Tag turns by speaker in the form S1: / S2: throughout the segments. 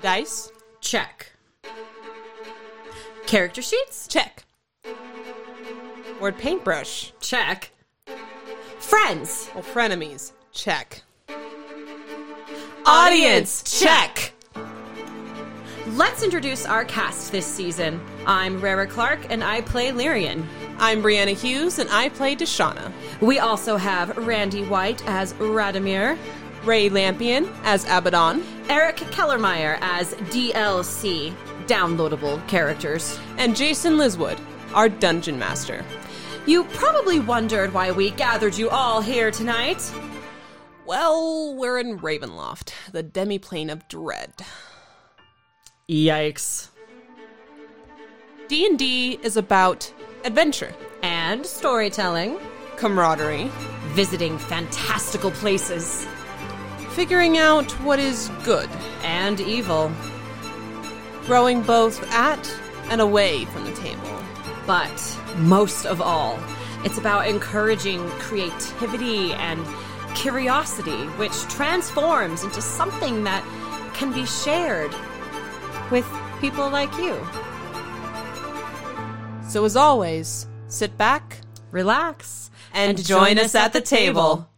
S1: Dice?
S2: Check. Character sheets?
S1: Check. Word paintbrush?
S2: Check. Friends.
S1: Well, frenemies? Check.
S2: Audience. Check. Let's introduce our cast this season. I'm Rara Clark and I play Lyrian.
S1: I'm Brianna Hughes and I play Deshauna.
S2: We also have Randy White as Radomir,
S1: Ray Lampion as Abaddon,
S2: Eric Kellermeyer as DLC, downloadable characters.
S1: and Jason Liswood, our dungeon master.
S2: You probably wondered why we gathered you all here tonight.
S1: Well, we're in Ravenloft, the demiplane of dread.
S2: Yikes.
S1: D&D is about adventure,
S2: And storytelling,
S1: camaraderie,
S2: visiting fantastical places,
S1: figuring out what is good,
S2: and evil.
S1: growing both at and away from the table.
S2: But most of all, it's about encouraging creativity and curiosity, which transforms into something that can be shared with people like you.
S1: So as always, sit back
S2: Relax
S1: and, join us at the table.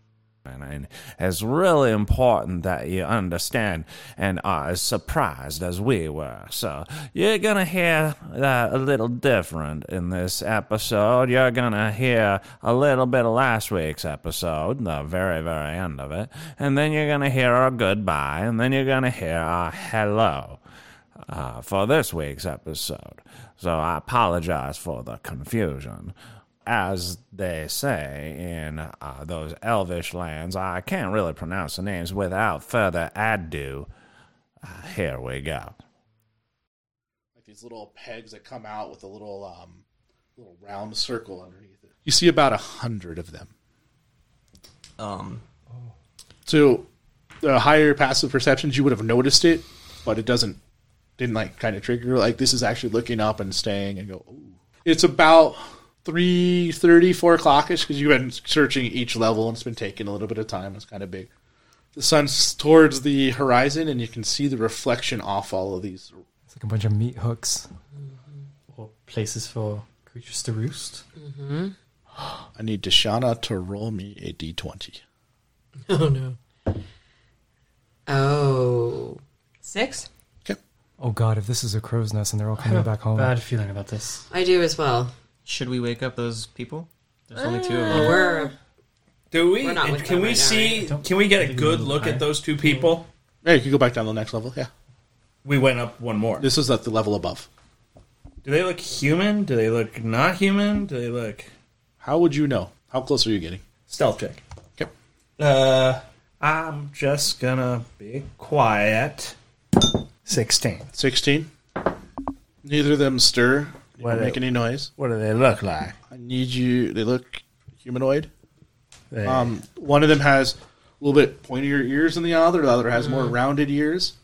S3: and it's really important that you understand and are as surprised as we were. So you're gonna hear uh, a little different in this episode. You're gonna hear a little bit of last week's episode, the very very end of it, and then you're gonna hear our goodbye, and then you're gonna hear our hello. Uh, for this week's episode, so I apologize for the confusion as they say in uh, those elvish lands, I can't really pronounce the names without further ado. Uh, here we go.
S4: like these little pegs that come out with a little um, little round circle underneath it. You see about a hundred of them.
S5: Um,
S4: So the higher passive perceptions, you would have noticed it, but it doesn't didn't like kind of trigger. Like this is actually looking up and staying and go. Ooh. It's about three thirty, four o'clock ish because you've been searching each level and it's been taking a little bit of time. It's kind of big. The sun's towards the horizon, and you can see the reflection off all of these
S6: It's like a bunch of meat hooks or places for creatures to roost.
S4: I need Deshana to roll me a d20.
S7: Oh no. Oh.
S1: Six?
S4: Okay.
S6: Oh god, if this is a crow's nest and they're all coming back home.
S8: Bad feeling about this.
S7: I do as well.
S5: should we wake up those people? There's only two of them.
S7: Well, we're
S9: Do we?
S7: We're not with
S9: Can
S7: them
S9: we
S7: right now,
S9: see?
S8: Don't-
S9: Can we get a
S8: Maybe
S9: good
S8: move
S9: look
S8: higher.
S9: at those two people?
S4: Yeah, you can go back down to the next level. Yeah.
S9: We went up one more.
S4: This is at the level above.
S9: Do they look human? Do they look not human? Do they look
S4: How would you know? How close are you getting?
S9: stealth check?
S4: Okay.
S9: Uh, I'm just gonna be quiet. Sixteen.
S4: 16. Neither of them stir. They
S9: Well,
S4: don't make any noise.
S9: What do they look like?
S4: I need you. They look humanoid.
S9: They,
S4: Um, one of them has a little bit pointier ears than the other. The other has
S9: Mm-hmm.
S4: more rounded ears.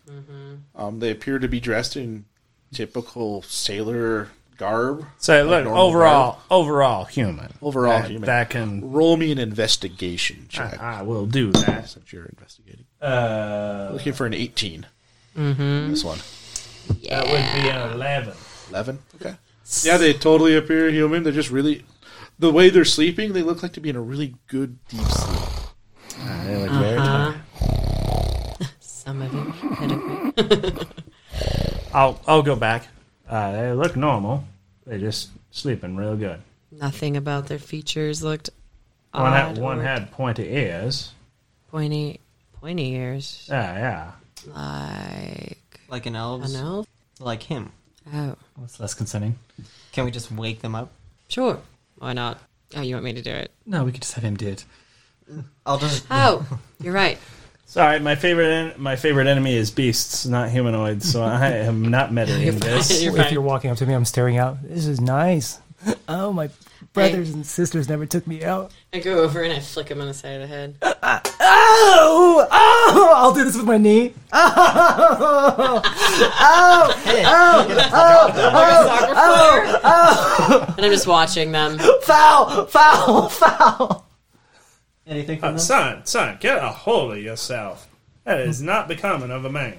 S4: Um, they appear to be dressed in typical sailor garb.
S9: so
S4: like
S9: look
S4: normal
S9: overall,
S4: garb.
S9: overall human.
S4: Overall
S9: that,
S4: human.
S9: That Uh-huh. can.
S4: Roll me an investigation check.
S9: I will do that.
S4: Since you're investigating.
S9: Uh,
S4: Looking for an 18. This one.
S9: that would be an eleven.
S4: 11 okay yeah they totally appear human they're just really the way they're sleeping they look like to be in a really good deep sleep
S9: They look very tired.
S7: some of it. had a-
S9: I'll I'll go back. Uh, they look normal. They just sleeping real good.
S7: Nothing about their features looked odd
S9: One had one
S7: or
S9: had pointy ears.
S7: pointy, pointy ears.
S9: Yeah, Ah, yeah.
S7: Like
S5: Like an elves,
S7: an elf.
S5: like him.
S7: Oh,
S8: That's less concerning.
S5: Can we just wake them up?
S7: sure. Why not? Oh, you want me to do it?
S8: No, we could just have him do it.
S5: I'll just.
S7: Oh, you're right.
S9: Sorry, my favorite en- my favorite enemy is beasts, not humanoids. So I am not meddling this.
S7: You're
S6: if
S7: right.
S6: you're walking up to me, I'm staring out. This is nice. Oh, my brothers and sisters never took me out.
S7: I go over and I flick him on the side of the head.
S6: Oh, oh! I'll do this with my knee.
S7: Soccer player. And I'm just watching them.
S6: Foul! Foul! Foul!
S5: Anything from
S9: Uh,
S5: them?
S9: son, son, get a hold of yourself. That is not becoming of a man.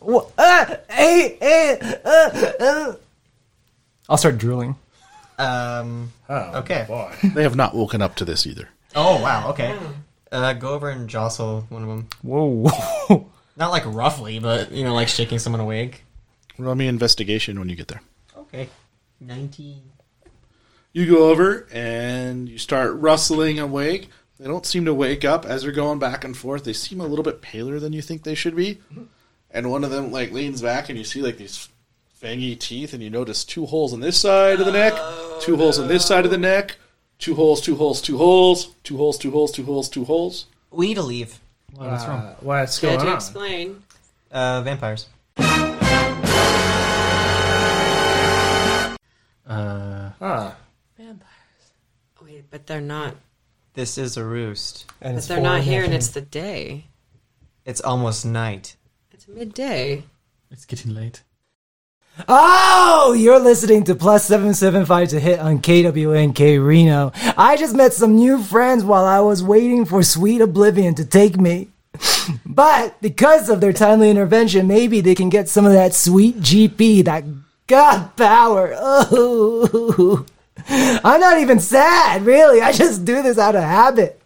S6: Wha- ah, eh, eh, uh, uh. I'll start drooling.
S5: Um.
S9: Oh,
S5: Okay.
S9: boy.
S4: They have not woken up to this either.
S5: Oh wow. Okay. Uh, go over and jostle one of them.
S6: Whoa.
S5: Not like roughly, but you know, like shaking someone awake.
S4: Roll me investigation when you get there.
S5: Okay. Nineteen.
S4: You go over and you start rustling awake. They don't seem to wake up as they're going back and forth. They seem a little bit paler than you think they should be. And one of them like leans back and you see like these fangy teeth and you notice two holes on this side of the neck, two holes on this side of the neck, two holes, two holes, two holes, two holes, two holes, two holes, two holes.
S5: We need to leave.
S8: What's wrong?
S9: What's
S2: Had
S9: going
S2: to
S9: on?
S2: explain.
S5: Uh, vampires.
S8: Uh,
S9: Ah,
S2: Vampires. Wait, but they're not.
S5: This is a roost.
S6: And
S2: But
S6: it's
S2: they're not
S6: four
S2: here, and
S6: nothing.
S2: it's the day.
S5: It's almost night.
S2: It's midday.
S8: it's getting late.
S6: Oh, you're listening to plus 775 to hit on KWNK Reno. I just met some new friends while I was waiting for Sweet Oblivion to take me. But because of their timely intervention, maybe they can get some of that sweet GP, that god power. Oh, I'm not even sad, really. I just do this out of habit.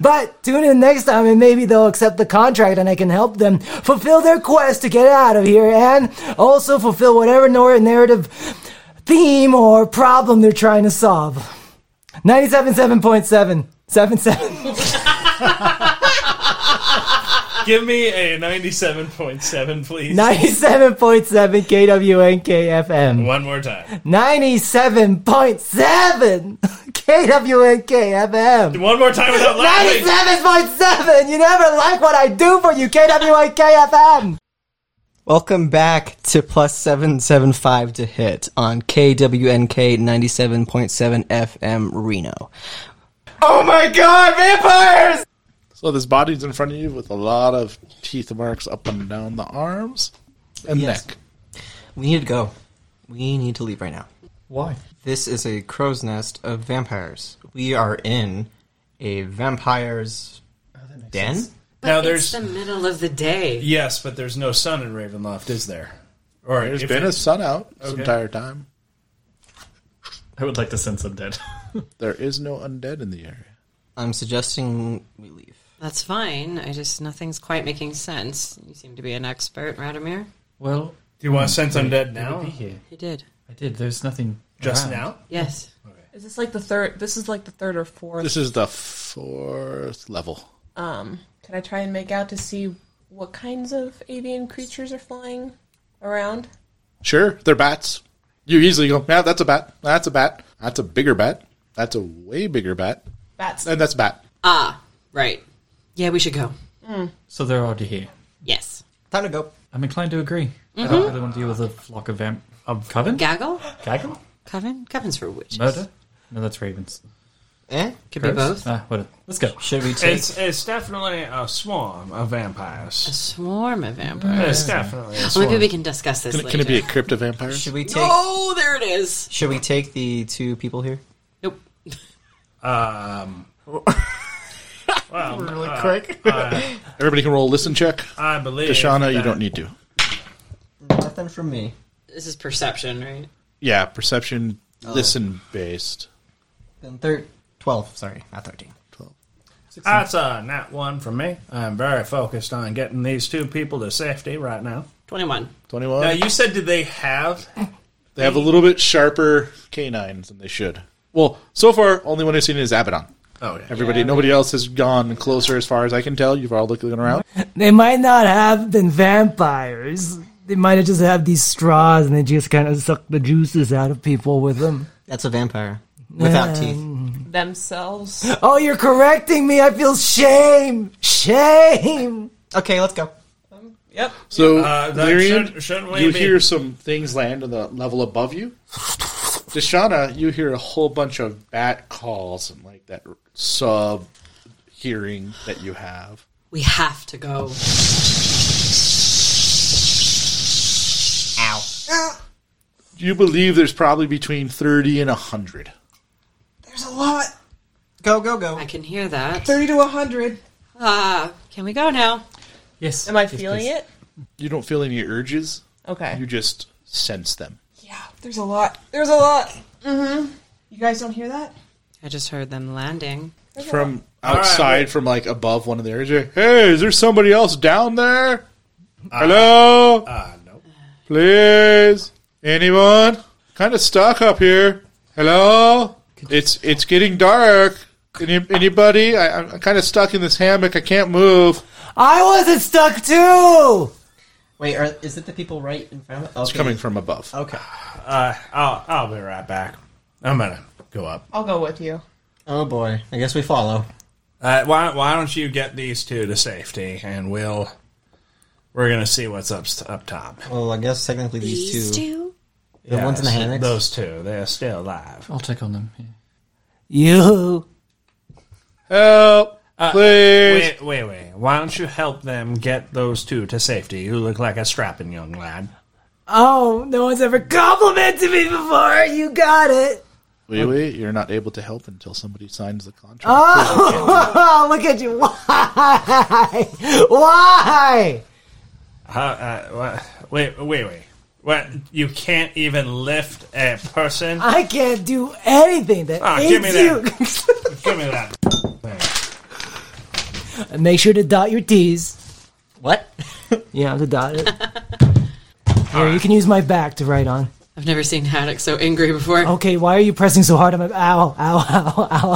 S6: But tune in next time and maybe they'll accept the contract and I can help them fulfill their quest to get out of here and also fulfill whatever nor- narrative theme or problem they're trying to solve. 97.7.7. 77.
S9: give me a ninety-seven point seven, please.
S6: 97.7 KWNK FM.
S9: One more time.
S6: 97.7 KWNK FM.
S9: One more time without laughing.
S6: 97.7! You never like what I do for you, KWNK FM!
S5: Welcome back to plus seven seven five to hit on KWNK ninety seven point seven FM Reno. Oh my God, vampires!
S4: So this body's in front of you with a lot of teeth marks up and down the arms and
S5: Yes.
S4: neck.
S5: We need to go. We need to leave right now.
S8: Why?
S5: This is a crow's nest of vampires. We are in a vampire's den.
S2: But
S9: Now
S2: it's
S9: there's-
S2: the middle of the day.
S9: Yes, but there's no sun in Ravenloft, is there? Or
S4: There's
S9: if
S4: been
S9: it-
S4: a sun out this entire time.
S8: I would like to sense I'm dead.
S4: There is no undead in the area.
S5: I'm suggesting we leave.
S2: That's fine. I just nothing's quite making sense. You seem to be an expert, Radomir.
S8: well,
S9: Do you want to sense undead
S8: I
S9: now?
S8: would be here.
S2: He did.
S8: I did. There's nothing.
S9: Just
S8: around.
S9: now?
S2: Yes.
S1: Is this like the third? This is like the third or fourth.
S4: This is the fourth level.
S1: Um, can I try and make out to see what kinds of avian creatures are flying around?
S4: Sure, they're bats. You easily go, yeah, that's a bat. That's a bat. That's a bigger bat. That's a way bigger bat.
S1: Bats.
S4: And that's a bat.
S2: Ah, right. Yeah, we should go.
S8: So they're already here.
S2: Yes.
S5: Time to go.
S8: I'm inclined to agree.
S1: Mm-hmm.
S8: I don't really want to deal with a flock of vamp. Of coven?
S2: Gaggle?
S8: Gaggle?
S2: Coven? Coven's for witches.
S8: Murder? No, that's ravens.
S5: Eh?
S2: Could be both.
S8: Ah, whatever. Let's go.
S5: Should we take? Oh,
S9: It's, it's definitely a swarm of vampires.
S2: Swarm of vampires.
S9: It's definitely
S2: Well,
S9: a
S2: maybe
S9: swarm.
S2: we can discuss this
S4: Can it,
S2: later.
S4: can it be a crypto vampire?
S5: Should we take?
S2: Oh, there it is.
S5: Should we take the two people here?
S2: Nope.
S9: Um, well, really
S5: quick.
S4: Everybody can roll a listen check.
S9: I believe.
S4: Dashana, you
S9: that-
S4: don't need to.
S5: Nothing from me.
S2: This is perception, right?
S4: Yeah, perception, listen based.
S5: Then third, twelve. Sorry, not thirteen.
S9: That's a nat one for me. I'm very focused on getting these two people to safety right now.
S2: 21.
S4: 21.
S9: Now, you said, did they have?
S4: they have a little bit sharper canines than they should. Well, so far, only one I've seen is Abaddon.
S9: Oh, yeah.
S4: Everybody, nobody else has gone closer as far as I can tell. You've all looked around.
S9: Uh,
S6: They might not have been vampires. They might have just had these straws and they just kind of suck the juices out of people with them.
S5: That's a vampire without teeth.
S1: Themselves.
S6: Oh, you're correcting me. I feel shame. Shame.
S5: Okay, let's go.
S1: Yep.
S4: So,
S9: Uh, that
S4: Lyrian,
S9: should- shouldn't we
S4: you
S9: be-
S4: hear some things land on the level above you. Dashana, you hear a whole bunch of bat calls and like that sub hearing that you have.
S2: We have to go.
S5: Ow.
S4: You believe there's probably between 30 and 100.
S5: There's a lot. Go go go.
S2: I can hear that.
S5: Thirty to hundred.
S2: Ah, can we go now?
S8: Yes.
S1: Am I feeling it?
S4: You don't feel any urges.
S1: Okay.
S4: You just sense them.
S1: Yeah, there's a lot. There's a lot. Mm-hmm. You guys don't hear that?
S2: I just heard them landing.
S4: From outside, from like above one of the areas. you're like, Hey, is there somebody else down there? Hello?
S9: Ah, no.
S4: Please? Anyone? Kind of stuck up here. Hello? It's it's getting dark. Any, anybody? I, I'm kind of stuck in this hammock. I can't move.
S6: I wasn't stuck too.
S5: Wait, are, is it the people right in front of? Okay.
S4: It's coming from above.
S5: Okay.
S9: Uh, I'll, I'll be right back. I'm going to go up.
S1: I'll go with you.
S5: Oh boy, I guess we follow.
S9: Uh, why, why don't you get these two to safety, and we'll we're gonna see what's up up top.
S5: Well, I guess technically these, two,
S2: two?
S5: the ones in the
S9: Yes,
S5: hammocks.
S9: Those two, they're still alive.
S8: I'll check on them. Yeah.
S6: You.
S4: Help! please.
S9: Wait, wait, wait! Why don't you help them get those two to safety? You look like a strapping young lad.
S6: Oh, no one's ever complimented me before. You got it.
S4: Wait, wait, you're not able to help until somebody signs the contract.
S6: Oh, look at you. Why? Why?
S9: How, uh, wha- wait, wait, wait! What? You can't even lift a person?
S6: I can't do anything that
S9: Ah, give
S6: aids
S9: me
S6: you.
S9: Give me that. thing.
S6: Make sure to dot your T's.
S5: What?
S6: You have to dot it. Here, you can use my back to write on.
S2: I've never seen Haddock so angry before.
S4: Oh.
S6: Okay, why are you pressing so hard on my. Ow, ow, ow, ow, ow, ow.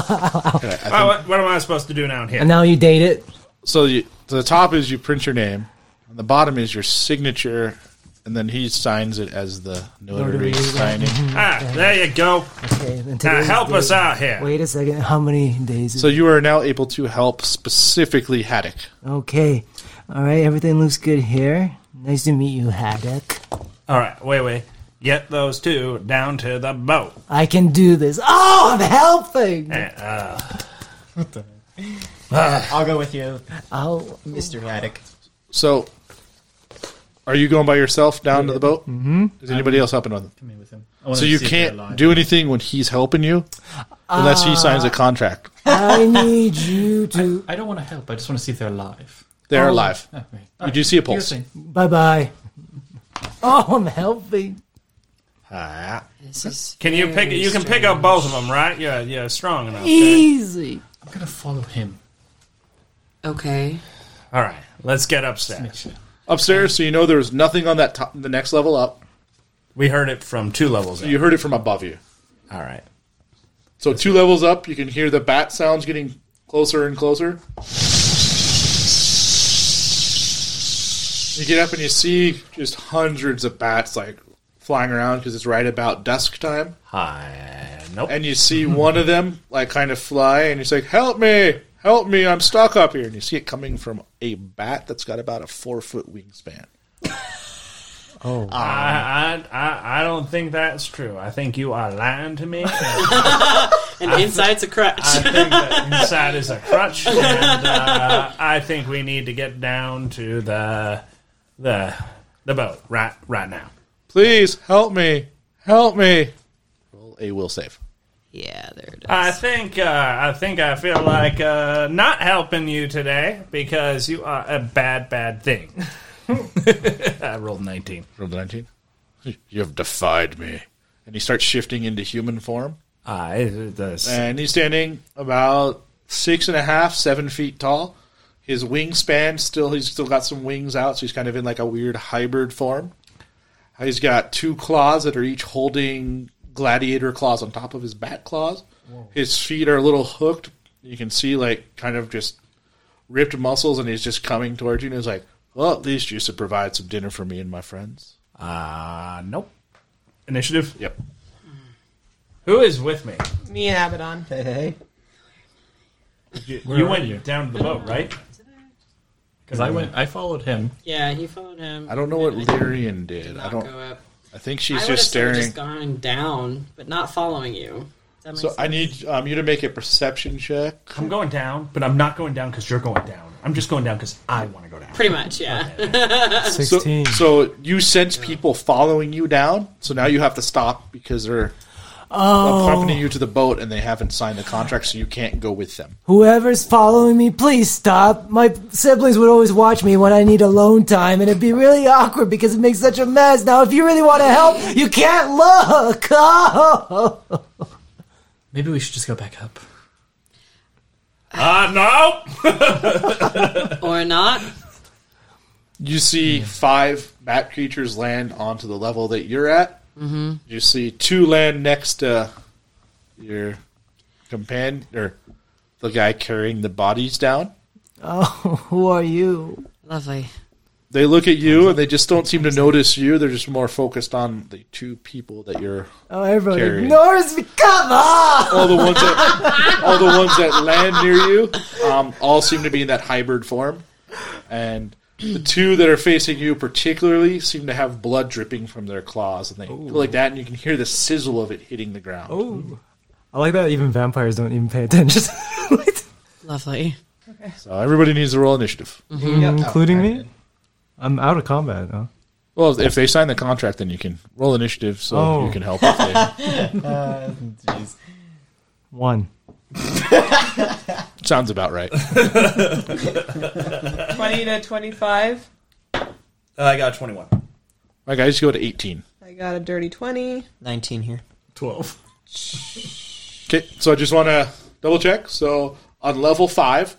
S4: Okay, I think-
S9: Oh, what, what am I supposed to do down here?
S6: And now you date it.
S4: so you, so the top is you print your name, and the bottom is your signature, and then he signs it as the notary
S6: Notary, yeah.
S4: signing.
S9: Ah, there you go.
S6: Okay, and
S9: Now
S6: today's
S9: help us
S6: date-
S9: out here.
S6: Wait a second. How many days is
S4: So you are now able to help specifically Haddock.
S6: Okay. All right. Everything looks good here. Nice to meet you, Haddock.
S9: All right, wait, wait. Get those two down to the boat. Uh,
S6: I can do this. Oh, I'm helping.
S5: I'll go with you,
S6: Oh,
S5: Mister Haddock.
S4: So are you going by yourself down to the boat? Mm-hmm. Is anybody else helping with him?
S8: Me with him. I wanna
S4: So you
S8: see if they're
S4: can't
S8: alive.
S4: do anything when he's helping you, unless he signs a contract.
S6: I need you to.
S8: I don't want to help. I just want to see if they're alive.
S4: They're alive.
S8: Oh, right.
S4: You do see a
S8: Here's
S4: pulse.
S8: the thing.
S6: Bye bye. Oh, I'm helping.
S9: Ah.
S2: This is
S9: Can you
S2: very
S9: pick? You can pick up both of them, right? Yeah, yeah, strong enough. okay?
S6: Easy.
S8: I'm gonna follow him.
S2: Okay.
S9: All right, let's get upstairs.
S4: Upstairs, so you know there's nothing on that top, the next level up.
S9: We heard it from two levels. Up.
S4: You heard it from above you.
S9: All right.
S4: So two levels up, you can hear the bat sounds getting closer and closer. You get up and you see just hundreds of bats like flying around because it's right about dusk time.
S9: Hi. Nope.
S4: And you see one of them like kind of fly and he's like, "Help me! Help me! I'm stuck up here!" And you see it coming from a bat that's got about a four foot wingspan.
S9: I, I, I, I don't think that's true. I think you are lying to me. I
S2: And inside's a crutch.
S9: think that inside is a crutch, and uh, I think we need to get down to the the the boat right right now.
S4: Please help me! Help me! Roll a will save.
S2: yeah, there it is.
S9: I think uh, I think I feel like uh, not helping you today because you are a bad bad thing. I rolled nineteen.
S4: Roll the nineteen. You have defied me. And he starts shifting into human form.
S9: Uh, it, it does.
S4: and he's standing about six and a half, seven feet tall. His wingspan still he's still got some wings out, so he's kind of in like a weird hybrid form. He's got two claws that are each holding gladiator claws on top of his bat claws. His feet are a little hooked. You can see like kind of just ripped muscles, and he's just coming towards you. And he's like, "Well, at least you should provide some dinner for me and my friends."
S9: Uh, nope. Initiative.
S4: Yep.
S9: Who is with me?
S1: Me and Abaddon.
S5: Hey, hey.
S9: You,
S8: Where
S9: you
S8: are
S9: went
S8: you?
S9: down to the boat, right?
S8: Because I went. I followed him.
S2: yeah, you followed him.
S4: I don't know what
S2: And
S4: Lyrian
S2: did
S4: did. I
S2: not
S4: don't.
S2: go up.
S4: I think
S2: I
S4: she's
S2: would've
S4: just
S2: sort of
S4: staring.
S2: Just gone down, but not following you. Does that make
S4: So I
S2: sense?
S4: need um, you to make a perception check.
S9: I'm going down, but I'm not going down because you're going down. I'm just going down because I want to go down.
S2: Pretty much, yeah.
S4: So,
S6: 16.
S4: so you sense people following you down. So now you have to stop because they're
S6: Oh.
S4: accompany you to the boat, and they haven't signed the contract, so you can't go with them.
S6: Whoever's following me, please stop. My siblings would always watch me when I need alone time, and it'd be really awkward because it makes such a mess. Now, if you really want to help, you can't look. Oh.
S8: Maybe we should just go back up.
S9: Ah, no!
S2: or not.
S4: You see five bat creatures land onto the level that you're at. Mm-hmm. You see two land next to your companion or the guy carrying the bodies down.
S6: who are you?
S2: Lovely.
S4: They look at you and they just don't seem to notice you. They're just more focused on the two people that you're.
S6: Oh, everyone
S4: Carrie.
S6: ignores me. Come on!
S4: All the ones that all the ones that land near you um, all seem to be in that hybrid form, and the two that are facing you particularly seem to have blood dripping from their claws, and they go like that, and you can hear the sizzle of it hitting the ground.
S6: Oh. I like that even vampires don't even pay attention,
S2: Lovely.
S4: So everybody needs to roll initiative.
S5: Mm,
S6: including me. I'm out of combat. Huh?
S4: Well, if they sign the contract, then you can roll initiative, so
S6: Oh.
S4: you can help. If they,
S6: One.
S4: sounds about right.
S1: 20 to 25.
S10: Uh, I got a 21.
S4: Like I just go to eighteen.
S1: I got a dirty 20.
S5: 19 here.
S8: 12.
S4: Okay, so I just want to double check. So on level five,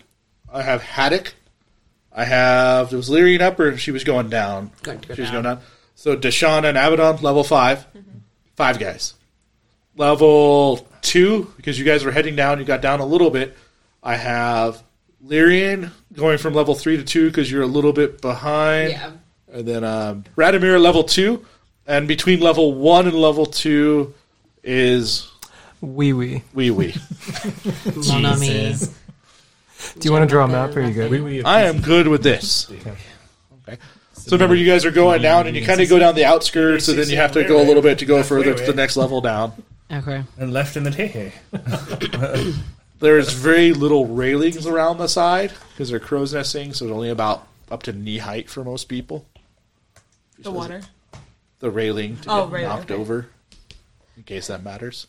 S4: I have Haddock. I have it was Lyrian up, or she was going down.
S2: Going to go
S4: she was
S2: down.
S4: going down. So Deshawn and Abaddon, level 5 five guys. Level two, because you guys were heading down, you got down a little bit. I have Lyrian going from level three to two because you're a little bit behind.
S2: Yeah.
S4: And then um, Radimir level two, and between level one and level two is
S6: Wee wee.
S4: Wee Wee.
S2: Monami.
S6: Do you want to draw a map? Pretty good.
S4: I am good with this. Okay. So remember, you guys are going down, and you kind of go down the outskirts, and then you have to go a little bit to go further to the next level down.
S2: Okay.
S9: And left in the day.
S4: There is very little railings around the side because they're crow's nesting, so it's only about up to knee height for most people.
S1: The water.
S4: The railing to
S1: Oh,
S4: get
S1: railing,
S4: knocked
S1: okay.
S4: over, in case that matters.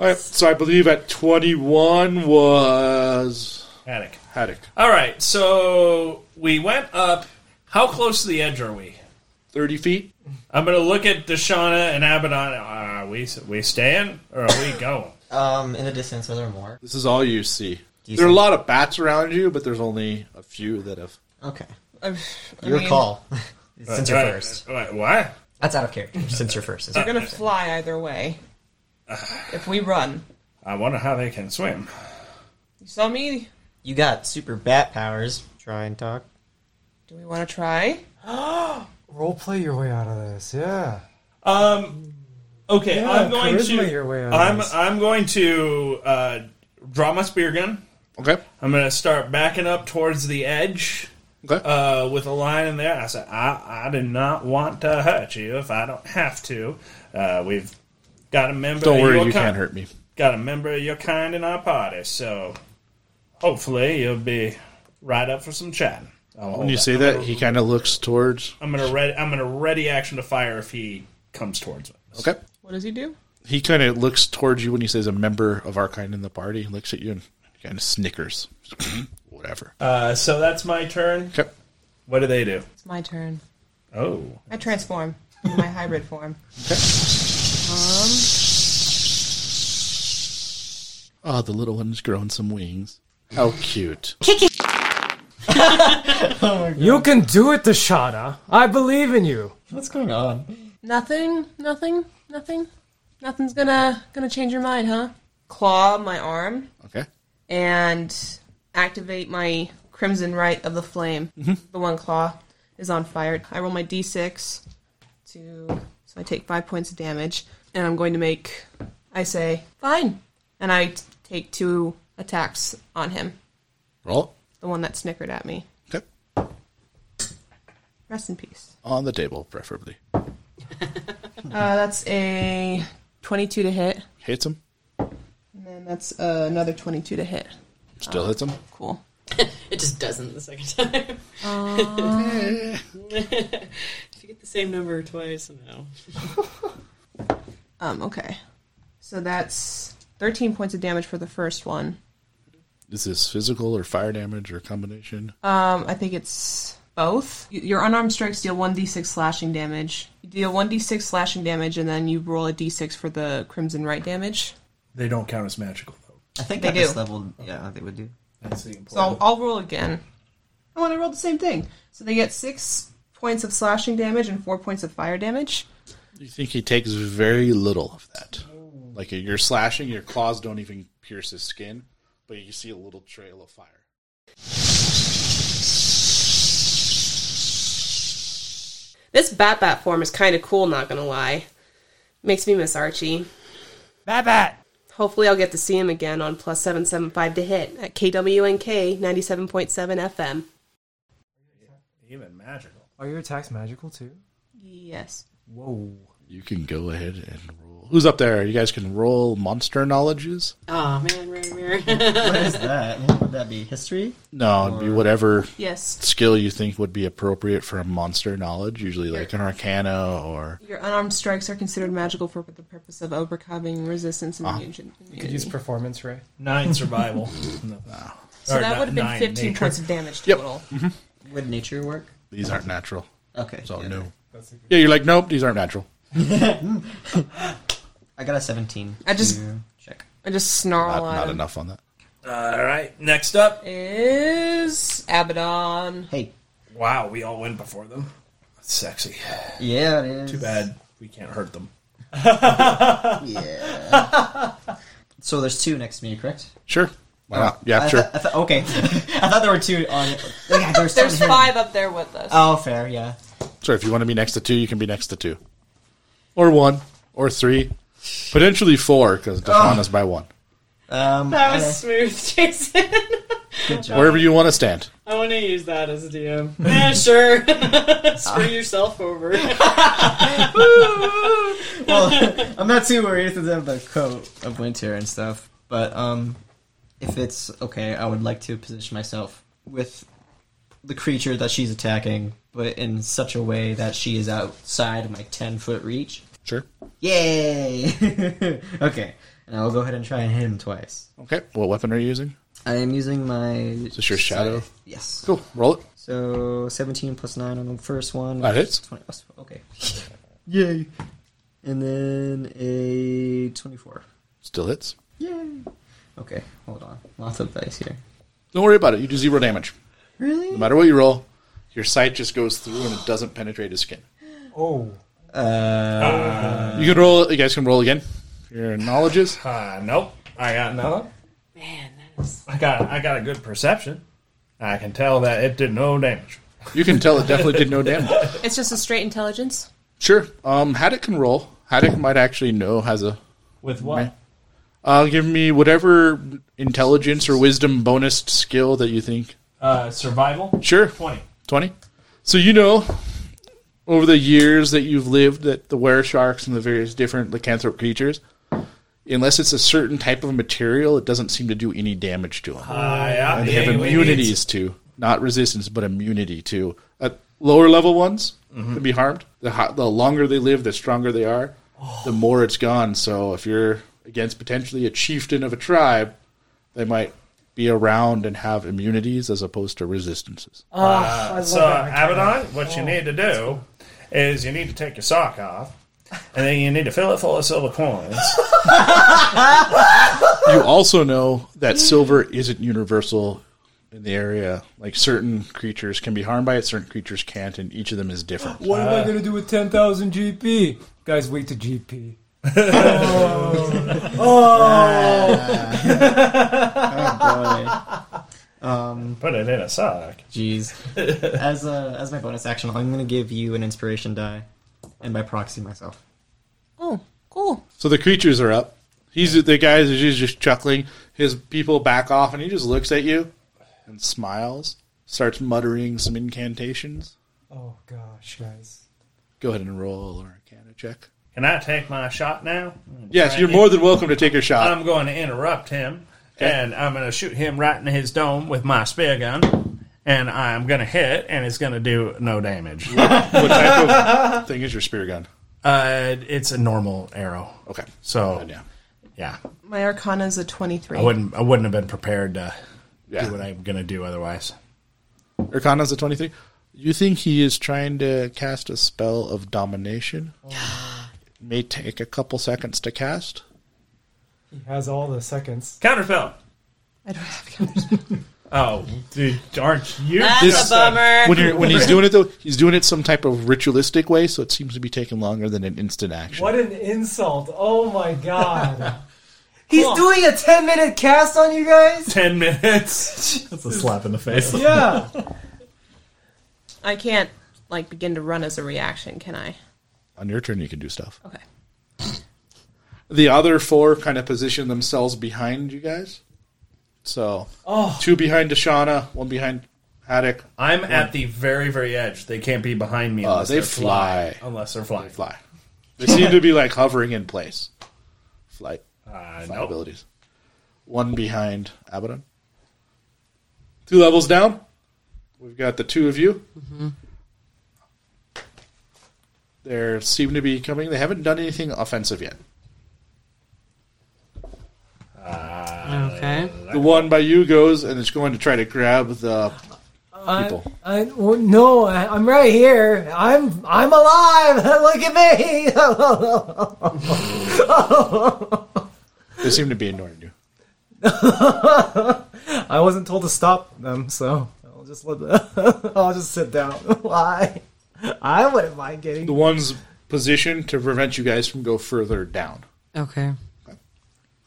S4: All right, so I believe at twenty-one was
S9: Panic.
S4: Haddock.
S9: All right, so we went up. How close to the edge are we?
S4: Thirty feet.
S9: I'm going to look at Deshauna and Abaddon. Are we, we staying or are we going?
S5: Um, in the distance, are there more?
S4: This is all you see.
S5: Do you
S4: there are a
S5: see-
S4: lot of bats around you, but there's only a few that have.
S5: Okay.
S1: Uh, I
S5: Your
S1: mean,
S5: call. since you're
S9: Right,
S5: first.
S9: right, What?
S5: That's out of character. Since you're first. is
S1: We're going to fly either way. If we run.
S9: I wonder how they can swim.
S1: You saw me.
S5: You got super bat powers. Try and talk.
S1: Do we want to try?
S6: Role play your way out of this. Yeah.
S9: Um, okay,
S6: Yeah,
S9: I'm going
S6: charisma
S9: to.
S6: your way out of
S9: I'm
S6: this.
S9: I'm going to uh, draw my spear gun.
S4: Okay.
S9: I'm going to start backing up towards the edge
S4: Okay.
S9: uh, with a line in there. I said, I, I do not want to hurt you if I don't have to. Uh, we've got a member.
S4: Don't
S9: of
S4: worry,
S9: your
S4: you
S9: kind-
S4: can't hurt me.
S9: Got a member of your kind in our party, so hopefully you'll be right up for some chatting. I'll
S4: When you
S9: hold
S4: say that, he kind of looks towards.
S9: I'm gonna ready. I'm gonna ready action to fire if he comes towards us.
S4: Okay.
S1: What does he do?
S4: He kind of looks towards you when he says a member of our kind in the party. He looks at you and kind of snickers. Whatever.
S9: Uh, so that's my turn.
S4: Okay.
S9: What do they do?
S1: It's my turn.
S9: Oh,
S1: I transform in my hybrid form. Um,
S4: Oh, the little one's grown some wings. How cute.
S6: You can do it, Dashana. I believe in you.
S5: What's going on?
S1: Nothing, nothing, nothing. Nothing's gonna gonna change your mind, huh? Claw my arm
S4: Okay.
S1: and activate my crimson right of the flame. The one claw is on fire. I roll my d6 to so I take 5 points of damage and I'm going to make I say, "Fine." And I t- take two attacks on him.
S4: Roll.
S1: The one that snickered at me.
S4: Okay.
S1: Rest in peace.
S4: On the table, preferably.
S1: Uh, that's a 22 to hit.
S4: Hits him.
S1: And then that's uh, another 22 to hit.
S4: Still
S1: Uh-huh.
S4: hits him.
S1: Cool.
S2: It just doesn't the second time. if you get the same number twice, no.
S1: Um, okay. So that's 13 points of damage for the first one.
S4: Is this physical or fire damage or combination?
S1: Um, I think it's both. Y- Your unarmed strikes deal 1d6 slashing damage. You deal 1d6 slashing damage, and then you roll a d6 for the Crimson Right damage.
S10: They don't count as magical though.
S5: I think
S1: They
S5: at this
S1: do.
S5: level, yeah, they would do.
S10: That's the
S1: So I'll, I'll roll again. I want to roll the same thing. So they get six points of slashing damage and four points of fire damage.
S4: You think he takes very little of that. Like you're slashing, your claws don't even pierce his skin, but you see a little trail of fire.
S11: This Bat Bat form is kind of cool, not gonna lie. Makes me miss Archie.
S9: Bat Bat!
S11: Hopefully, I'll get to see him again on plus 775 to hit at KWNK 97.7 FM.
S9: Even magical.
S6: Are your attacks magical too?
S1: Yes.
S6: Whoa.
S4: You can go ahead and roll. Who's up there? You guys can roll monster knowledges.
S2: Oh man, right, right.
S5: what is that? Yeah, Would that be history?
S4: No, it'd be whatever
S1: Yes.
S4: skill you think would be appropriate for a monster knowledge, usually like an arcana or
S1: Your unarmed strikes are considered magical for the purpose of overcoming resistance and
S4: Ah.
S1: immunity.
S8: You could use performance, right?
S9: Nine survival. No.
S1: So
S9: Or
S1: that
S9: not
S1: would have been
S9: nine,
S1: 15
S9: nature.
S1: points of damage total.
S5: Would nature work?
S4: these aren't natural.
S5: Okay,
S4: So
S5: yeah.
S4: no. Yeah, you're like, nope, these aren't natural.
S5: I got a 17.
S1: I just-
S5: to check.
S1: I just snarl
S4: Not,
S1: at
S4: not
S1: him.
S4: enough on that.
S9: All right, next up.
S1: Is Abaddon.
S5: Hey.
S9: Wow, we all went before them. That's sexy.
S5: Yeah, it is.
S9: Too bad we can't hurt them.
S5: Yeah. so there's two next to me, correct?
S4: Sure. Why not? Yeah,
S5: I
S4: sure.
S5: thought- I thought- okay. I thought there were two on. Yeah, there's two
S1: There's
S5: on here.
S1: five up there with us.
S5: Oh, fair. Yeah.
S4: So if you want to be next to two, you can be next to two, or one, or three, potentially four because Defon is by one.
S5: Um,
S2: That was smooth, Jason.
S4: Wherever you want to stand.
S2: I want to use that as a DM. yeah, sure.
S4: Ah.
S2: Screw yourself over.
S5: well, I'm not too worried since I have the coat of winter and stuff. But um, if it's okay, I would like to position myself with the creature that she's attacking, but in such a way that she is outside of my 10 foot reach.
S4: Sure.
S5: Yay! okay, and I will go ahead and try and hit him twice.
S4: Okay. What weapon are you using?
S5: I am using my. Is
S4: this your shadow?
S5: Yes.
S4: Cool. Roll it.
S5: So 17 plus 9 on the first one.
S4: That
S5: which
S4: hits.
S5: is 20 plus- okay. Yay. And then a 24.
S4: Still hits.
S5: Yay. Okay, hold on. Lots of dice here.
S4: Don't worry about it. You do zero damage.
S5: Really?
S4: No matter what you roll, your sight just goes through and it doesn't penetrate his skin.
S8: Oh.
S5: Uh,
S4: You can roll. You guys can roll again. Your knowledges.
S9: Uh, nope. I got nothing.
S2: Man,
S9: I got I got a good perception. I can tell that it did no damage.
S4: You can tell it definitely did no damage.
S1: It's just a straight intelligence.
S4: Sure. Um, Haddock can roll. Haddock might actually know has a.
S9: With what?
S4: Uh, give me whatever intelligence or wisdom bonus skill that you think
S9: Uh, survival.
S4: Sure.
S9: 20.
S4: 20. So you know, over the years that you've lived, that the were sharks and the various different lycanthrope creatures, unless it's a certain type of material, it doesn't seem to do any damage to them.
S9: Uh, yeah,
S4: and they have
S9: yeah,
S4: immunities to, not resistance, but immunity to. At lower level ones can be harmed. The, ho- the longer they live, the stronger they are, the more it's gone. So if you're against potentially a chieftain of a tribe, they might be around and have immunities as opposed to resistances.
S9: Oh, so Abaddon, what you need to do is you need to take your sock off, and then you need to fill it full of silver coins.
S4: you also know that silver isn't universal in the area. Like certain creatures can be harmed by it, certain creatures can't, and each of them is different.
S6: What
S12: Ah.
S6: am I gonna do with 10,000 GP? Guys, wait to GP.
S5: Um,
S9: Put it in a sock.
S5: Jeez. as a, as my bonus action, I'm going to give you an inspiration die, and by proxy myself.
S1: Oh, cool.
S4: So the creatures are up. He's the guy is just- just chuckling. His people back off, and he just looks at you and smiles. Starts muttering some incantations.
S6: Oh gosh, guys.
S4: Go ahead and roll or can check.
S9: Can I take my shot now?
S4: Yes, you're more than welcome to take your shot.
S9: I'm going to interrupt him, and I'm going to shoot him right in his dome with my spear gun, and I'm going to hit, and it's going to do no damage.
S4: what type of thing is your spear gun?
S10: Uh, it's a normal arrow.
S4: Okay. Oh,
S10: So yeah, yeah.
S1: My arcana is a 23.
S10: I wouldn't. I wouldn't have been prepared to
S4: Yeah.
S10: do what I'm gonna do otherwise.
S4: Arcana's a 23. You think he is trying to cast a spell of domination? May take a couple seconds to cast.
S12: He has all the seconds.
S9: Counterspell.
S1: I don't have
S9: Oh, dude, aren't you?
S2: That's
S9: just
S2: a bummer.
S4: When, you're, when he's doing it, though, he's doing it some type of ritualistic way, so it seems to be taking longer than an instant action.
S12: What an insult! Oh my god.
S6: He's doing a 10 minute cast on you guys?
S9: 10 minutes.
S10: That's a slap in the face.
S6: Yeah.
S1: I can't like begin to run as a reaction, can I?
S4: On your turn, you can do stuff.
S1: Okay.
S4: The other four kind of position themselves behind you guys. So,
S2: Oh.
S4: two behind Dashana, one behind Haddock.
S9: I'm
S4: one-
S9: at the very, very edge. They can't be behind me.
S4: Uh,
S9: Unless
S4: they
S9: they're
S4: fly.
S9: flying. Unless they're flying.
S4: fly. They seem to be like hovering in place. Flight.
S9: Uh,
S4: flight
S9: nope.
S4: abilities. One behind Abaddon. Two levels down. We've got the two of you. They seem to be coming. They haven't done anything offensive yet.
S2: Okay.
S4: Uh, The one by you goes and it's going to try to grab the people.
S6: I, well, no, I, I'm right here. I'm I'm alive. Look at me.
S4: They seem to be ignoring you.
S12: I wasn't told to stop them, so I'll just let the, I'll just sit down. Why? I wouldn't mind getting
S4: The one's positioned to prevent you guys from go further down.
S2: Okay.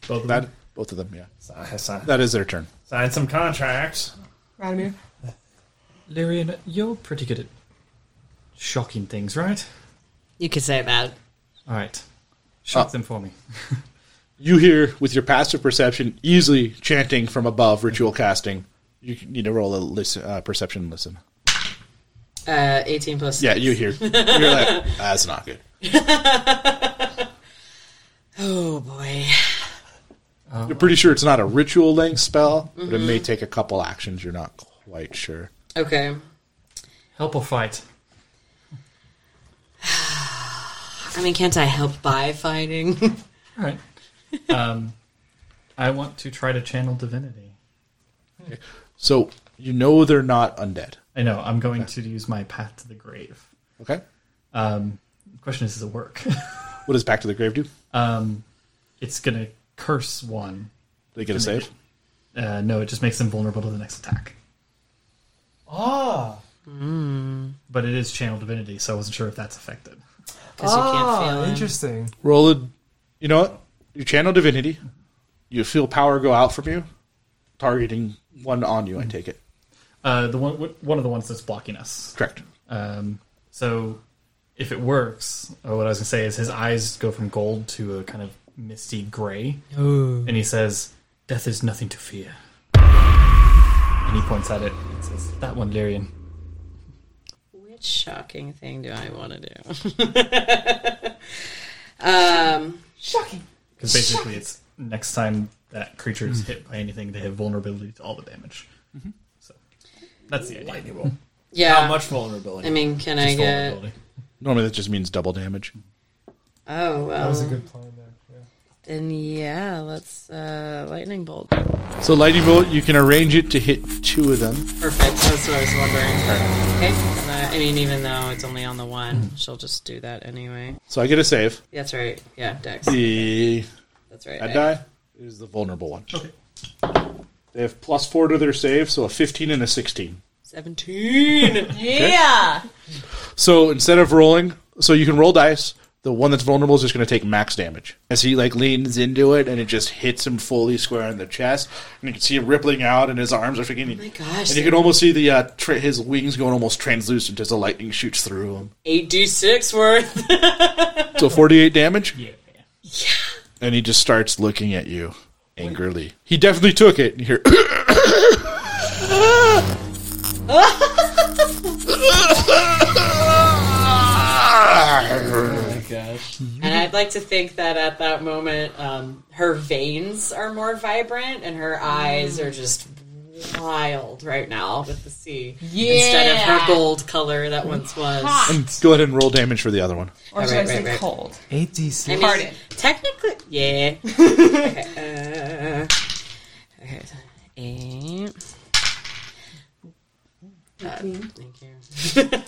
S4: Both of them. Both of them. Yeah.
S9: sign-
S4: That is their turn.
S9: Sign some contracts.
S1: Radomir.
S8: Lyrian, you're pretty good at shocking things, right?
S2: You could say that.
S8: All right. Shock them for me.
S4: You hear with your passive perception easily chanting from above ritual casting. You need to roll a listen, uh, perception listen.
S2: Uh, 18 plus.
S4: Yeah, you hear. You're like, that's not good.
S2: Oh boy.
S4: You're pretty sure it's not a ritual length spell, but it
S2: Mhm.
S4: may take a couple actions. You're not quite sure.
S2: Okay.
S8: Help or fight?
S2: I mean, can't I help by fighting?
S8: All right. Um, I want to try to channel divinity.
S4: So you know they're not undead.
S8: I know. I'm going to use my path to the grave.
S4: Okay.
S8: Um, the question is, does it work?
S4: What does Back to the Grave do?
S8: um, it's going to curse one.
S4: They get a
S8: And
S4: save?
S8: Uh, no, it just makes them vulnerable to the next attack.
S12: Ah.
S8: But it is channel divinity, so I wasn't sure if that's affected.
S12: 'Cause you can't Ah, feel him. interesting.
S4: Roll a. You know what? You channel divinity. You feel power go out from you, targeting one on you. I take it.
S8: Uh, the one wh- one of the ones that's blocking us.
S4: Correct.
S8: Um, so if it works, uh, what I was gonna say is his eyes go from gold to a kind of misty gray,
S12: Ooh.
S8: and he says, "Death is nothing to fear." And he points at it and says, "That one, Lyrian."
S2: Which shocking thing do I want to do? um, shocking.
S8: Because basically, it's next time that creature is hit by anything, they have vulnerability to all the damage.
S5: Mm-hmm.
S8: So that's the idea.
S2: Yeah.
S8: How much vulnerability?
S2: I mean, can I
S8: Just
S2: get?
S4: Normally, that just means double damage.
S2: Oh well.
S12: That was a good plan there.
S2: Then yeah, let's uh, lightning bolt.
S4: So, lightning bolt. You can arrange it to hit two of them.
S2: Perfect. That's what I was wondering. Okay. And, uh, I mean, even though it's only on the
S12: Mm-hmm.
S2: one, she'll just do that anyway.
S4: So I get a save.
S2: That's right. Yeah, Dex.
S4: The
S2: That's right.
S4: That
S2: I-
S4: die is the vulnerable one. Okay. They have plus four to their save, so a fifteen and a sixteen.
S2: Seventeen.
S1: yeah.
S4: So instead of rolling, so you can roll dice. The one that's vulnerable is just going to take max damage as he like leans into it, and it just hits him fully square in the chest. And you can see him rippling out, and his arms are freaking. Oh my
S2: gosh!
S4: And you can almost see the uh, tra- his wings going almost translucent as the lightning shoots through him.
S2: Eight d six worth.
S4: So forty-eight damage. Yeah. And he just starts looking at you angrily. He definitely took it. And you hear.
S2: And I'd like to think that at that moment, um, her veins are more vibrant and her eyes are just wild right now with the sea.
S13: Yeah.
S2: Instead of her gold color that once was.
S4: And go ahead and roll damage for the other one.
S2: Or All should right, I say right, right. cold?
S12: 86.
S2: I mean, technically, yeah. okay, uh, okay, so eight. Uh, thank you.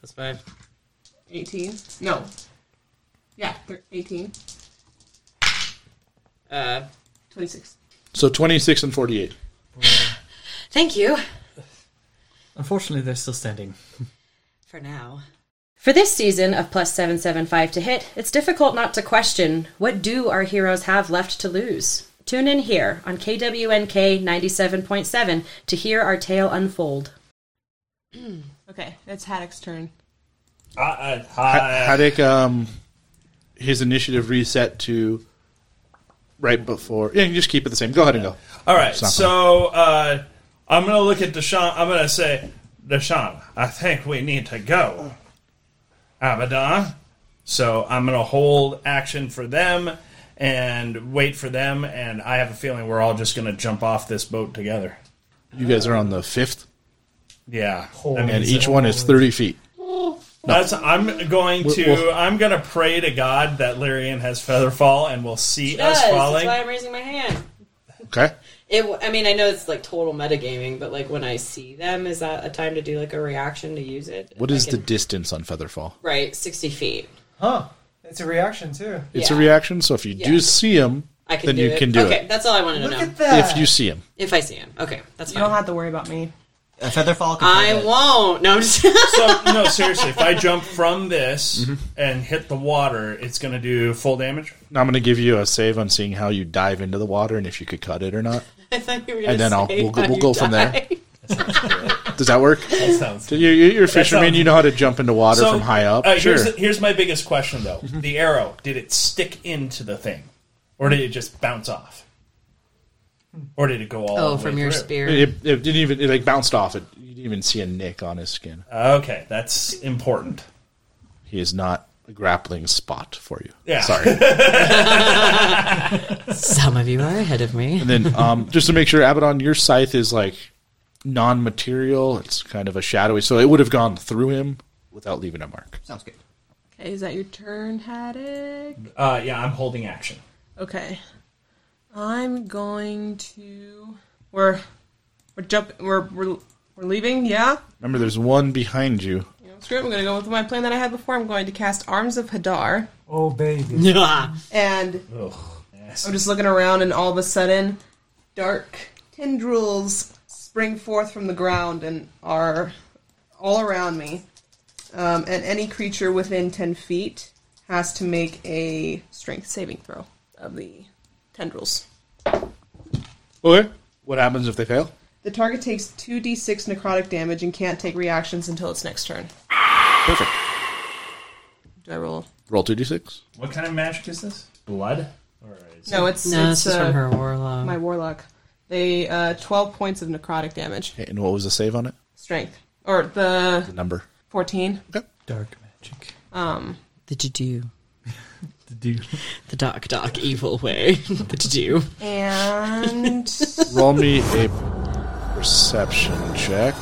S2: That's five.
S1: 18? No. Yeah, thir- 18.
S2: Uh,
S1: 26.
S4: So 26 and 48.
S2: Thank you
S8: Unfortunately, they're still standing.
S2: for now.
S14: For this season of plus 775 to hit, it's difficult not to question what do our heroes have left to lose? Tune in here on KWNK 97.7 to hear our tale unfold.
S1: okay, it's Haddock's turn.
S9: Uh,
S4: Ha- Haddock, um, his initiative reset to right before. Yeah, you just keep it the same. Go ahead and go.
S9: All right,
S4: It's not
S9: so uh, I'm going to look at Deshaun. I'm going to say, Deshaun, I think we need to go. Abaddon. So I'm going to hold action for them and wait for them, and I have a feeling we're all just going to jump off this boat together.
S4: You guys are on the fifth,
S9: Yeah. I mean,
S4: and each one is 30 feet.
S9: That's, I'm going
S4: We'll-
S9: to.
S4: we'll-
S9: I'm going to pray to God that Lyrian has featherfall and will see us
S2: Yes, That's
S9: falling.
S2: why I'm raising my hand.
S4: Okay.
S2: It, w- I mean, I know it's like total metagaming, but like when I see them, is that a time to do like a reaction to use it?
S4: What
S2: I
S4: is the
S2: can-
S4: distance on Featherfall?
S2: right? Sixty feet.
S12: Huh. It's a reaction, too.
S4: It's a
S2: Yeah.
S4: reaction, so if you
S2: Yeah.
S4: do see him,
S2: I can
S4: then
S2: do
S4: you
S2: it.
S4: can do
S2: okay,
S4: it.
S2: that's all I wanted to know.
S4: If you see him.
S2: If I see him, okay, that's
S1: You
S2: fine.
S1: don't have to worry about me.
S5: A featherfall.
S2: I won't. No, I'm just
S9: so no, seriously, if I jump from this and hit the water, it's going to do full damage.
S4: Now I'm going to give you a save on seeing how you dive into the water and if you could cut it or not.
S2: I thought you were gonna
S4: And then I'll,
S2: say
S4: we'll, go-
S2: how
S4: we'll
S2: you
S4: go from there.
S2: die.
S4: Does that work?
S9: That sounds-
S4: You- you- You're a
S9: That
S4: fisherman.
S9: sounds-
S4: you know how to jump into water
S9: So,
S4: from high up.
S9: uh,
S4: sure.
S9: Here's, here's my biggest question though: the arrow did it stick into the thing, or did it just bounce off, or did it go all?
S2: Oh,
S9: the way through?
S4: It, it didn't even. It like bounced off. It you didn't even see a nick on his skin.
S9: Okay, that's important.
S4: He is not a grappling spot for you.
S9: Yeah.
S4: Sorry.
S2: Some of you are ahead of me.
S4: And then um, just to make sure, Abaddon, your scythe is like non-material. It's kind of a shadowy, so it would have gone through him without leaving a mark.
S5: Sounds good.
S1: Okay, is that your turn, Haddock?
S9: Uh, yeah, I'm holding action.
S1: Okay. I'm going to. We're we're jump we're we're, we're leaving. Yeah.
S4: Remember, there's one behind you.
S1: Screw it. I'm going to go with my plan that I had before. I'm going to cast Arms of Hadar.
S12: Oh, baby.
S1: Yeah. And
S9: Ugh,
S1: I'm just looking around, and all of a sudden, dark tendrils spring forth from the ground and are all around me. Um, and any creature within 10 feet has to make a strength saving throw of the tendrils.
S4: Okay. What happens if they fail?
S1: The target takes 2d6 necrotic damage and can't take reactions until its next turn.
S4: Perfect.
S1: Do I roll?
S4: Roll two d six.
S9: What kind of magic is this? Blood? Or is
S1: No,
S9: it-
S1: it's it's, uh, My warlock. They uh, twelve points of necrotic damage.
S4: Okay, and what was the save on it?
S1: Strength or the,
S4: The number.
S1: fourteen.
S5: Dark
S1: magic. Um,
S2: Did you do? The do. The dark, dark, evil way. the to do.
S1: and
S4: Roll me a perception check.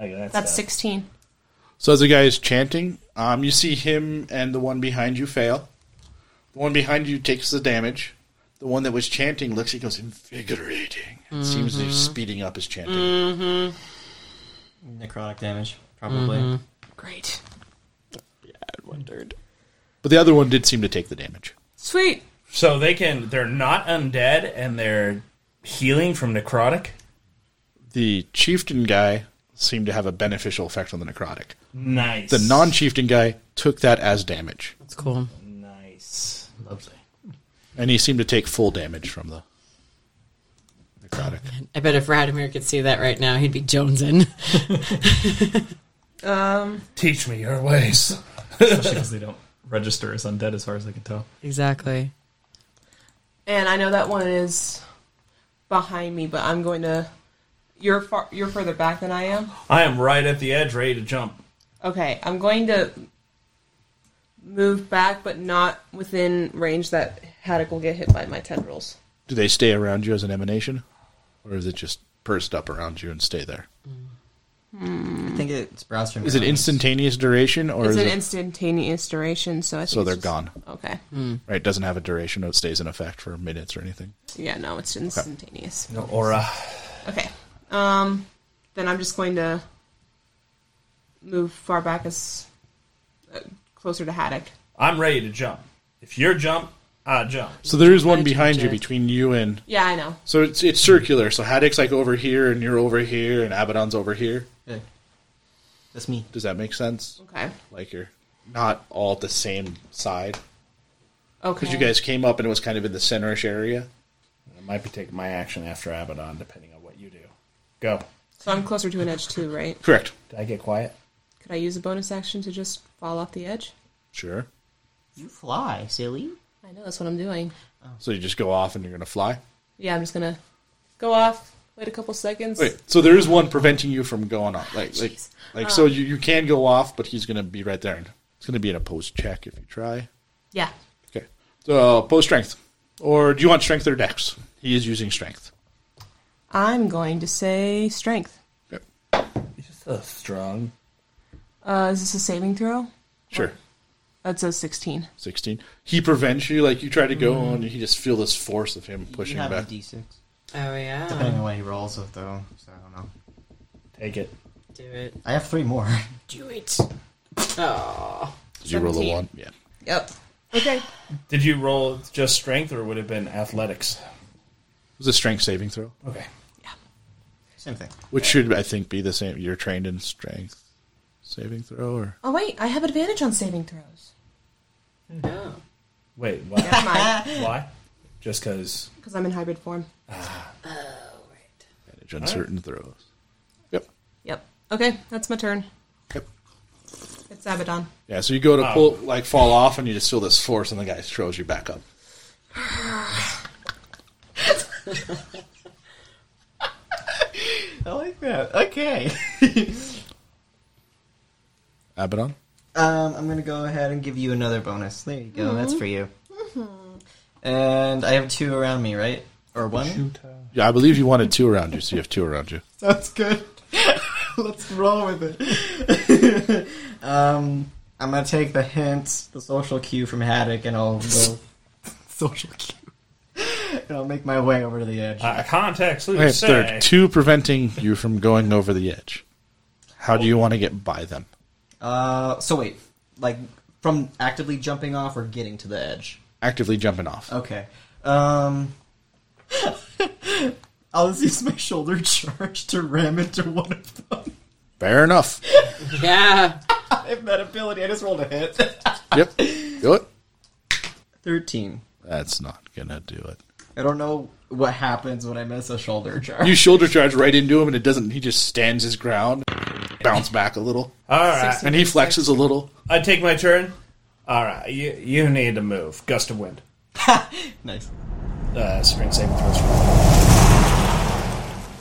S1: that's, sixteen.
S4: So as the guy is chanting, um, you see him and the one behind you fail. The one behind you takes the damage. The one that was chanting looks. He goes invigorating. It seems they're
S5: Mhm.
S4: speeding up his chanting.
S5: Necrotic damage, probably.
S4: Mhm.
S2: Mm-hmm.
S1: Great.
S4: But the other one did seem to take the damage.
S1: Sweet.
S9: So they can. They're not undead, and they're healing from necrotic.
S4: The chieftain guy seemed to have a beneficial effect on the necrotic.
S9: Nice.
S4: The non-chieftain guy took that as damage,
S2: That's cool.
S9: Nice. Lovely.
S4: and he seemed to take full damage from the necrotic.
S2: I bet if Radimir could see that right now, he'd be jonesing.
S1: Um,
S9: Teach me your ways.
S8: Especially because they don't register as undead, as far as I can tell.
S2: exactly.
S1: and I know that one is behind me, but I'm going to. You're far. You're further back than I am.
S9: I am right at the edge, ready to jump.
S1: Okay, I'm going to move back, but not within range that Haddock will get hit by my tendrils.
S4: Do they stay around you as an emanation, or is it just pursed up around you and stay there?
S5: I think it sprouts from.
S4: Is it instantaneous duration, or
S1: it's
S4: is
S1: an
S4: it
S1: instantaneous duration, so I think
S4: so
S1: it's
S4: they're
S1: just-
S4: gone?
S1: Okay.
S4: right? It doesn't have a duration. It stays in effect for minutes or anything.
S1: Yeah, no, it's instantaneous.
S4: No aura.
S1: Okay. Um, then I'm just going to move far back as uh, closer to Haddock.
S9: I'm ready to jump. If you're jump, I jump.
S4: So there is one behind you between you and.
S1: Yeah, I know.
S4: So it's it's circular. So Haddock's like over here, and you're over here, and Abaddon's over here.
S5: Yeah. That's me.
S4: Does that make sense?
S1: Okay.
S4: Like you're not all at the same side.
S1: Okay.
S4: Because you guys came up and it was kind of in the centerish area.
S10: I might be taking my action after Abaddon, depending on what you do. Go.
S1: So I'm closer to an edge too, right?
S4: Correct.
S10: Did I get quiet?
S1: Could I use a bonus action to just fall off the edge?
S4: Sure.
S5: You fly, silly.
S1: I know that's what I'm doing.
S4: So you just go off and you're gonna fly.
S1: Yeah, I'm just gonna go off. Wait a couple seconds.
S4: Wait. So there is one preventing you from going off. Like like like. So
S1: Um,
S4: you, you can go off, but he's gonna be right there, and it's gonna be an opposed check if you try.
S1: Yeah.
S4: Okay. So post strength, or do you want strength or dex? He is using strength.
S1: I'm going to say strength.
S10: So strong.
S1: Uh, is this a saving throw?
S4: Sure.
S1: That's a 16.
S4: 16. He prevents you. Like you try to go
S1: Mm.
S4: on, and you just feel this force of him pushing
S5: have
S4: back.
S5: a d6.
S2: Oh yeah.
S5: Depending on what he rolls with, though, so I don't know.
S10: Take it.
S2: Do it.
S5: I have three more.
S2: Do it. Oh.
S4: Did you roll a
S9: 17.
S4: one? Yeah.
S1: Yep. Okay.
S9: Did you roll just strength, or would it have been athletics?
S4: It was a strength saving throw,
S9: Okay.
S5: Same thing.
S4: which should I think be the same. You're trained in strength saving throw, or
S1: Oh, wait, I have advantage on saving throws.
S2: Oh.
S1: No.
S10: Wait, why?
S1: Never mind.
S10: why? Just because.
S1: Because I'm in hybrid form.
S4: advantage on certain throws.
S1: Yep. Okay, that's my turn. Yep. It's Abaddon.
S4: Yeah. So you go to
S1: Oh.
S4: pull, like fall off, and you just feel this force, and the guy throws you back up.
S5: I like that. Okay.
S4: Abaddon.
S5: um, I'm gonna go ahead and give you another bonus. There you go. That's
S1: Mhm.
S5: for you. And I have two around me, right? Or one?
S4: Yeah, I believe you wanted two around you, so you have two around you.
S5: Sounds good. Let's roll with it. um, I'm gonna take the hint, the social cue from Haddock, and I'll go social cue. and I'll make my way over to the edge.
S9: Uh, context,
S4: Okay, there are two preventing you from going over the edge. How do you want to get by them?
S5: Uh, so wait, like from actively jumping off or getting to the edge?
S4: Actively jumping off.
S5: Okay. Um, I'll just use my shoulder charge to ram into one of them.
S4: Fair enough.
S5: Yeah. I have that ability. I just rolled a hit.
S4: yep. Do it.
S5: 13.
S4: That's not going to do it.
S5: I don't know what happens when I miss a shoulder charge.
S4: You shoulder charge right into him, and it doesn't. He just stands his ground, bounce back a little.
S9: All right.
S4: and he flexes a little.
S9: I take my turn. All right, you you need to move. Gust of wind.
S5: nice.
S9: Uh, strength saving throws.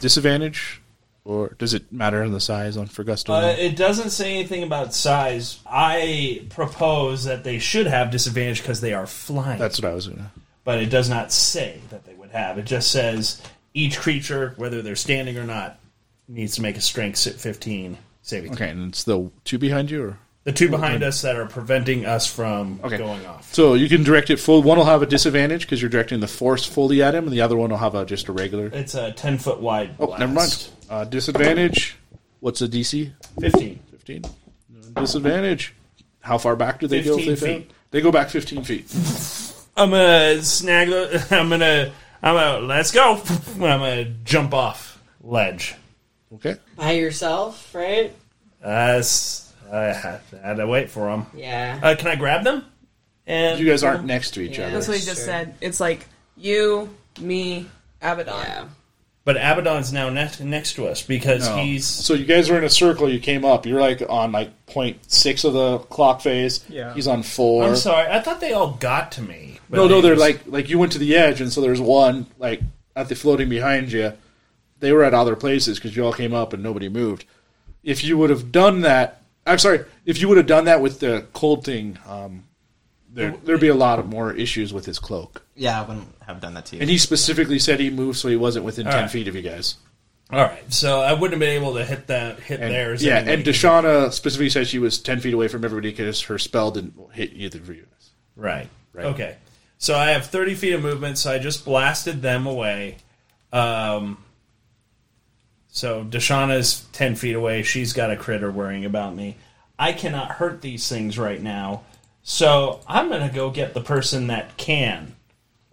S4: Disadvantage, or does it matter on the size on for Gusto?
S9: Uh, it doesn't say anything about size. I propose that they should have disadvantage because they are flying.
S4: That's what I was gonna.
S9: But it does not say that they would have. It just says each creature, whether they're standing or not, needs to make a strength sa- 15 saving. throw.
S4: Okay, and it's the two behind you, or
S9: The two behind us that are preventing us from going off.
S4: So you can direct it full. One will have a disadvantage because you're directing the force fully at him, and the other one will have a, just a regular.
S9: It's a 10 foot wide.
S4: Oh, never mind. Uh, disadvantage. What's the DC?
S9: 15.
S4: 15. Disadvantage. How far back do they go? If
S9: 15
S4: they, fail?
S9: feet.
S4: they go back 15 feet.
S9: I'm gonna snag. The, I'm gonna. I'm gonna. Let's go. I'm gonna jump off ledge.
S4: Okay.
S2: By yourself, right?
S9: Uh, s- I had had to wait for them.
S2: Yeah.
S9: Uh, can I grab them? And
S4: You guys aren't next to each
S9: Yeah.
S1: That's what he just said. It's like you, me, Abaddon.
S9: But Abaddon's now next next to us because
S4: No.
S9: he's
S4: Oh. So you guys were in a circle. You came up. You're like on like point six of the clock phase.
S9: Yeah.
S4: He's on four.
S9: I'm sorry. I thought they all got to me. but
S4: No, no, they're
S9: just-
S4: like like you went to the edge, and so there's one like at the floating behind you. They were at other places because you all came up and nobody moved. If you would have done that, I'm sorry. If you would have done that with the cold thing, um, there, there'd be a lot of more issues with his cloak.
S5: Yeah, I wouldn't have done that to you.
S4: And he specifically said he moved so he wasn't within
S9: All
S4: ten
S9: right.
S4: feet of you guys.
S9: All right, so I wouldn't have been able to hit that hit
S4: And-
S9: theirs.
S4: yeah,
S9: anyway.
S4: and Deshauna specifically said she was ten feet away from everybody because her spell didn't hit either of you.
S9: Right. Okay. So I have 30 feet of movement, so I just blasted them away. Um, so Deshaunna's 10 feet away. She's got a critter worrying about me. I cannot hurt these things right now. So I'm going to go get the person that can,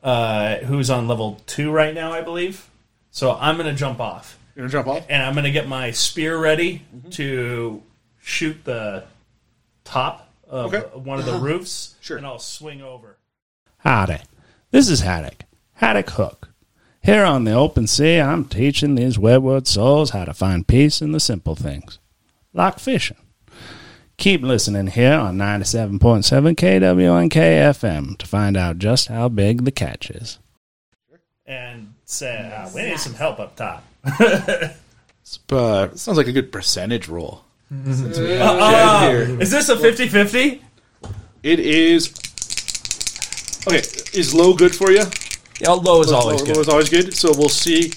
S9: uh, who's on level two right now, I believe. So I'm going to jump off.
S4: You're going to jump off?
S9: And I'm going to get my spear ready to shoot the top of one of the roofs. Sure. And I'll swing over.
S10: Howdy. This is Haddock, Haddock Hook. Here on the open sea, I'm teaching these wayward souls how to find peace in the simple things, like fishing. Keep listening here on 97.7 KWNK FM to find out just how big the catch is.
S9: and said, "Ah, "We need some help up top."
S4: But Uh, sounds like a good percentage roll.
S9: Uh, is this a 50-50?
S4: It is. Okay, is low good for you?
S9: Yeah, low is always
S4: low,
S9: good.
S4: Low is always good. So we'll see.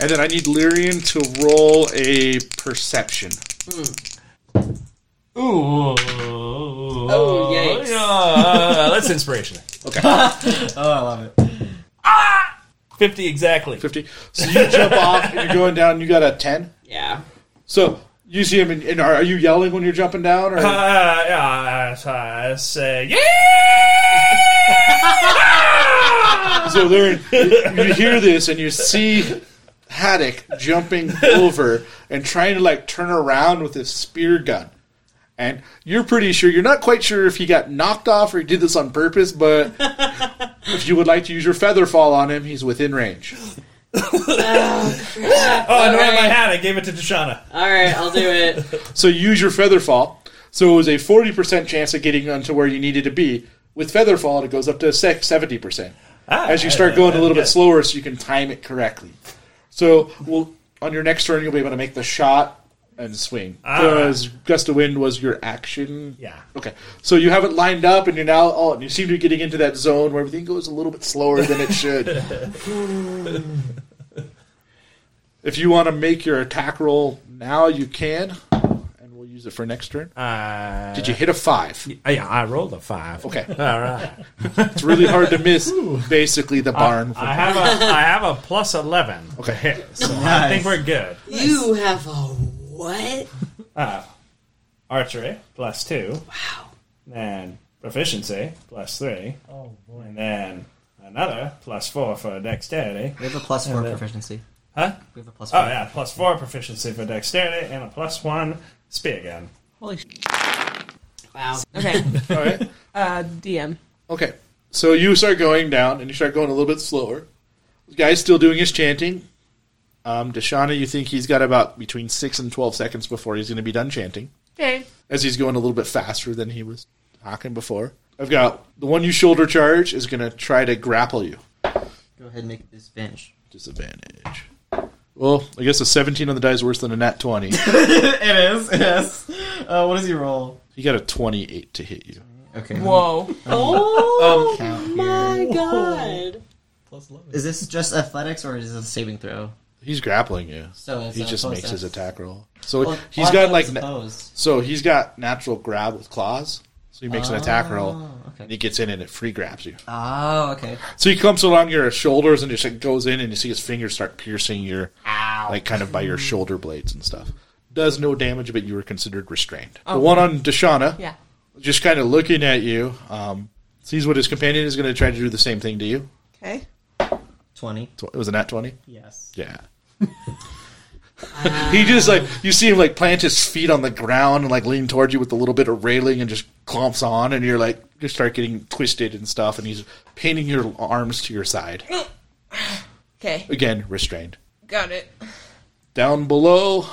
S4: And then I need Lyrian to roll a perception.
S9: Ooh. Oh,
S2: yikes.
S9: Yeah, that's inspiration.
S4: Okay.
S9: oh,
S5: I love it. Ah!
S9: 50 exactly.
S4: 50. So you jump off and you're going down. You got a ten.
S2: Yeah.
S4: So you see him, and, and are, are you yelling when you're jumping down? Or
S9: Uh, yeah, so I say, yeah!
S4: so Lyrian, you, you hear this and you see Haddock jumping over and trying to like turn around with his spear gun. And you're pretty sure you're not quite sure if he got knocked off or he did this on purpose, but if you would like to use your feather fall on him, he's within range.
S9: Oh, I don't have my hat. I gave it to Deshauna.
S2: All right, I'll do it.
S4: So you use your feather fall. So it was a forty percent chance of getting onto where you needed to be. With feather fall, it goes up to seventy percent
S9: Ah,
S4: as you start
S9: uh,
S4: going a little
S9: good.
S4: bit slower, so you can time it correctly. So we'll, on your next turn, you'll be able to make the shot and swing
S9: Ah.
S4: because gust of wind was your action.
S9: Yeah.
S4: Okay. So you have it lined up, and you're now oh, and you seem to be getting into that zone where everything goes a little bit slower than it should. if you want to make your attack roll now, you can, and we'll use it for next turn.
S9: Uh,
S4: Did you hit a five?
S9: Yeah, I rolled a five.
S4: Okay.
S9: All right.
S4: it's really hard to miss. Basically,
S9: Uh,
S4: the barn.
S9: I have a I have a plus eleven.
S4: Okay.
S9: So I think we're good.
S15: You have a what?
S9: Uh, archery plus two. Wow. Then proficiency plus three. Oh boy. And then another plus four for dexterity.
S5: We have a plus
S9: And
S5: four
S9: then-
S5: proficiency.
S9: Huh?
S5: We have a plus
S9: four.
S5: four.
S9: Oh yeah, plus four proficiency for dexterity and a plus one spear gun.
S2: Holy sh- Wow.
S1: Okay.
S4: All right.
S1: Uh, DM.
S4: Okay. So you start going down, and you start going a little bit slower. The guy's still doing his chanting. Um, Deshauna, you think he's got about between six and twelve seconds before he's going to be done chanting,
S1: Okay.
S4: as he's going a little bit faster than he was talking before. I've got the one you shoulder charge is going to try to grapple you.
S5: Go ahead and make disadvantage.
S4: Disadvantage. Well, I guess a seventeen on the die is worse than a nat twenty.
S5: it is. Yes. Uh, what does he roll?
S4: he got a twenty-eight to hit you.
S5: Okay.
S2: Whoa.
S5: Oh my
S2: God.
S5: Plus Is this just athletics or is this a saving throw?
S4: He's grappling you.
S5: So it's
S4: he
S5: not
S4: just
S5: close
S4: makes
S5: to
S4: his
S5: us.
S4: attack roll. So
S5: Well,
S4: he's
S5: I
S4: got
S5: thought
S4: like
S5: it's
S4: na-
S5: opposed.
S4: so he's got natural grab with claws. So he makes an attack roll.
S5: Oh,
S4: And he gets in and it free grabs you.
S5: Oh, okay.
S4: So he comes along your shoulders and just like, goes in and you see his fingers start piercing your like kind of by your shoulder blades and stuff. Does no damage, but you were considered restrained.
S1: Oh.
S4: The one on Deshauna,
S1: Yeah.
S4: just kind of looking at you, um, sees what his companion is going to try to do the same thing to you.
S1: Okay.
S5: 20.
S4: Tw- was it not 20?
S5: Yes.
S4: Yeah. he just like you see him like plant his feet on the ground and like lean towards you with a little bit of railing and just clomps on and you're like you start getting twisted and stuff and he's pinning your arms to your side
S1: Okay.
S4: again restrained
S1: Got it.
S4: down below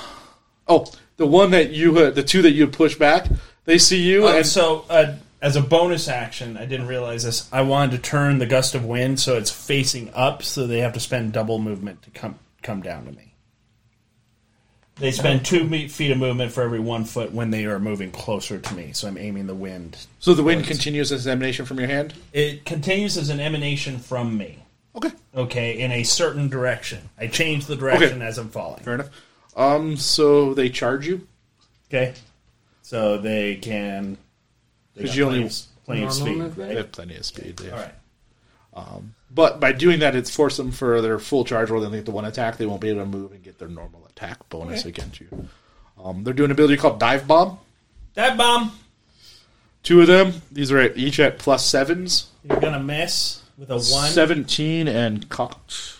S4: oh the one that you uh, the two that you pushed back they see you
S9: Uh,
S4: and
S9: so, uh, as a bonus action, I didn't realize this. I wanted to turn the gust of wind so it's facing up, so they have to spend double movement to come come down to me. They spend two me- feet of movement for every one foot when they are moving closer to me. So I'm aiming the wind.
S4: So the wind continues as an emanation from your hand.
S9: It continues as an emanation from me.
S4: Okay.
S9: Okay, in a certain direction. I change the direction as I'm falling.
S4: Fair enough. Um, so they charge you.
S9: Okay. So they can. they
S4: Because
S9: got
S4: you only
S9: plenty of- plenty of speed.
S4: They have plenty of speed. All
S9: right.
S4: Um, but by doing that, it's forced them for their full charge roll. Then they get the one attack. They won't be able to move and get their normal attack bonus
S9: Okay.
S4: against you. Um, they're doing an ability called Dive Bomb.
S9: Dive Bomb.
S4: Two of them. These are at, each at plus sevens.
S9: You're gonna miss with a one.
S4: Seventeen and cocked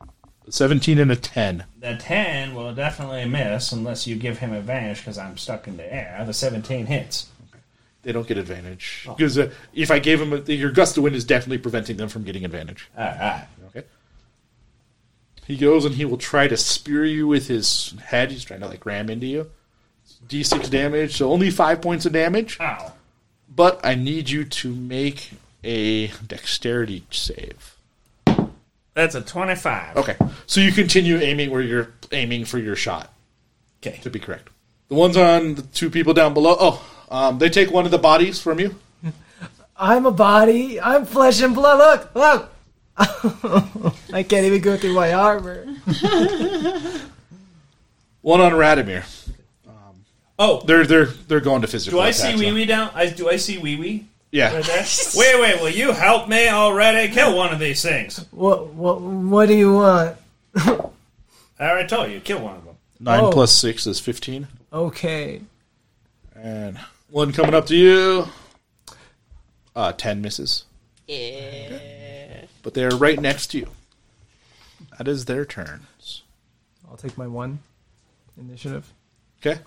S4: on that one. Seventeen and a ten.
S9: The 10 will definitely miss unless you give him advantage because I'm stuck in the air. The 17 hits.
S4: They don't get
S9: Oh.
S4: advantage because uh, if I gave them a, your gust of wind is definitely preventing them from getting advantage.
S9: All right.
S4: Okay. He goes and he will try to spear you with his head. He's trying to like ram into you. D6 damage, so only five points of damage.
S9: Ow.
S4: But I need you to make a dexterity save.
S9: That's a 25.
S4: Okay. So you continue aiming where you're aiming for your shot.
S9: Okay.
S4: To be correct. The ones on the two people down below. Oh, um, they take one of the bodies from you.
S6: I'm a body. I'm flesh and blood. Look, look. I can't even go through my armor.
S4: One on Radimir.
S9: Oh,
S4: they're they're they're going to physical.
S9: Do I see
S4: attacks
S9: Wee
S4: now.
S9: Wee down? I, do I see Wee Wee?
S4: Yeah.
S9: Right there? wait, wait, will you help me already? Kill one of these things.
S6: What? What? What do you want?
S9: I already told you, kill one of them.
S4: Nine
S6: Oh.
S4: plus six is fifteen.
S6: Okay.
S4: And one coming up to you. Uh, ten misses. Yeah. But they're right next to you. That is their turns.
S6: I'll take my one initiative. Um,
S4: Okay.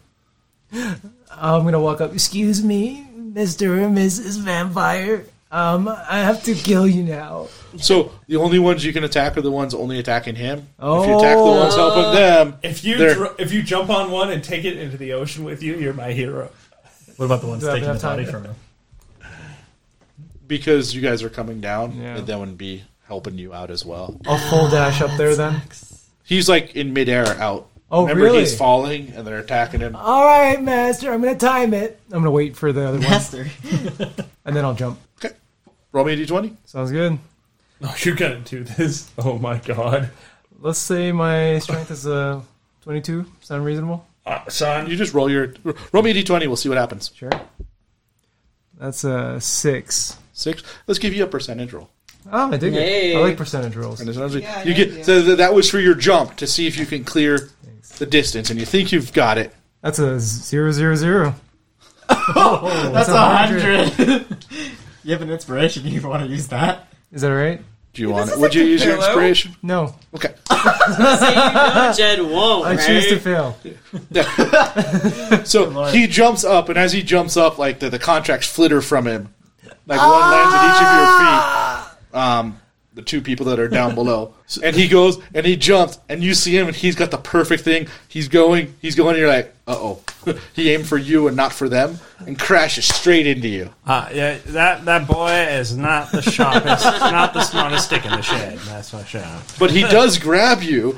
S6: I'm gonna walk up. Excuse me, Mister or Mrs. Vampire. Um, I have to kill you now.
S4: So the only ones you can attack are the ones only attacking him. If you attack the ones helping them,
S9: If you
S4: they're-
S9: dr- if you jump on one and take it into the ocean with you, you're my hero.
S8: What about the ones
S9: Do I have
S8: taking the
S9: enough time?
S8: body from him?
S4: because you guys are coming down, that would be helping you out as well.
S6: I'll full dash up there then.
S4: He's like in midair out.
S6: Oh,
S4: Remember
S6: really?
S4: he's falling and they're attacking him.
S6: All right, Master. I'm gonna time it. I'm gonna wait for the other
S5: Master.
S6: one, and then I'll jump.
S4: Okay. Roll me a d20.
S6: Sounds good.
S9: Oh, you gotta do this. Oh my god.
S6: Let's say my strength is uh, 22. Sound reasonable?
S9: Uh, son,
S4: you just roll your roll me a d20. We'll see what happens.
S6: Sure. That's a six.
S4: Six. Let's give you a percentage roll.
S6: Oh, I dig
S4: Hey.
S6: it. I like percentage rolls.
S4: And there's another-
S6: Yeah, I
S4: you
S6: know
S4: get
S6: you do.
S4: so th- that was for your jump to see if you can clear the distance, and you think you've got it.
S6: That's a zero zero zero.
S5: Oh, that's
S6: that's
S5: a
S6: a
S5: hundred. you have an inspiration. You want to use that?
S6: Is that right?
S4: Do you want it? Would you use your inspiration?
S6: No.
S4: Okay.
S15: Jed won't.
S6: I choose to fail.
S4: so he jumps up, and as he jumps up, like the, the contracts flitter from him, like one lands
S6: Ah!
S4: at each of your feet. Um, the two people that are down below, and he goes and he jumps, and you see him, and he's got the perfect thing. He's going, he's going, and you're like, uh oh, he aimed for you and not for them, and crashes straight into you.
S9: Uh, yeah, that, that boy is not the sharpest, not the smartest stick in the shed. That's for sure.
S4: But he does grab you,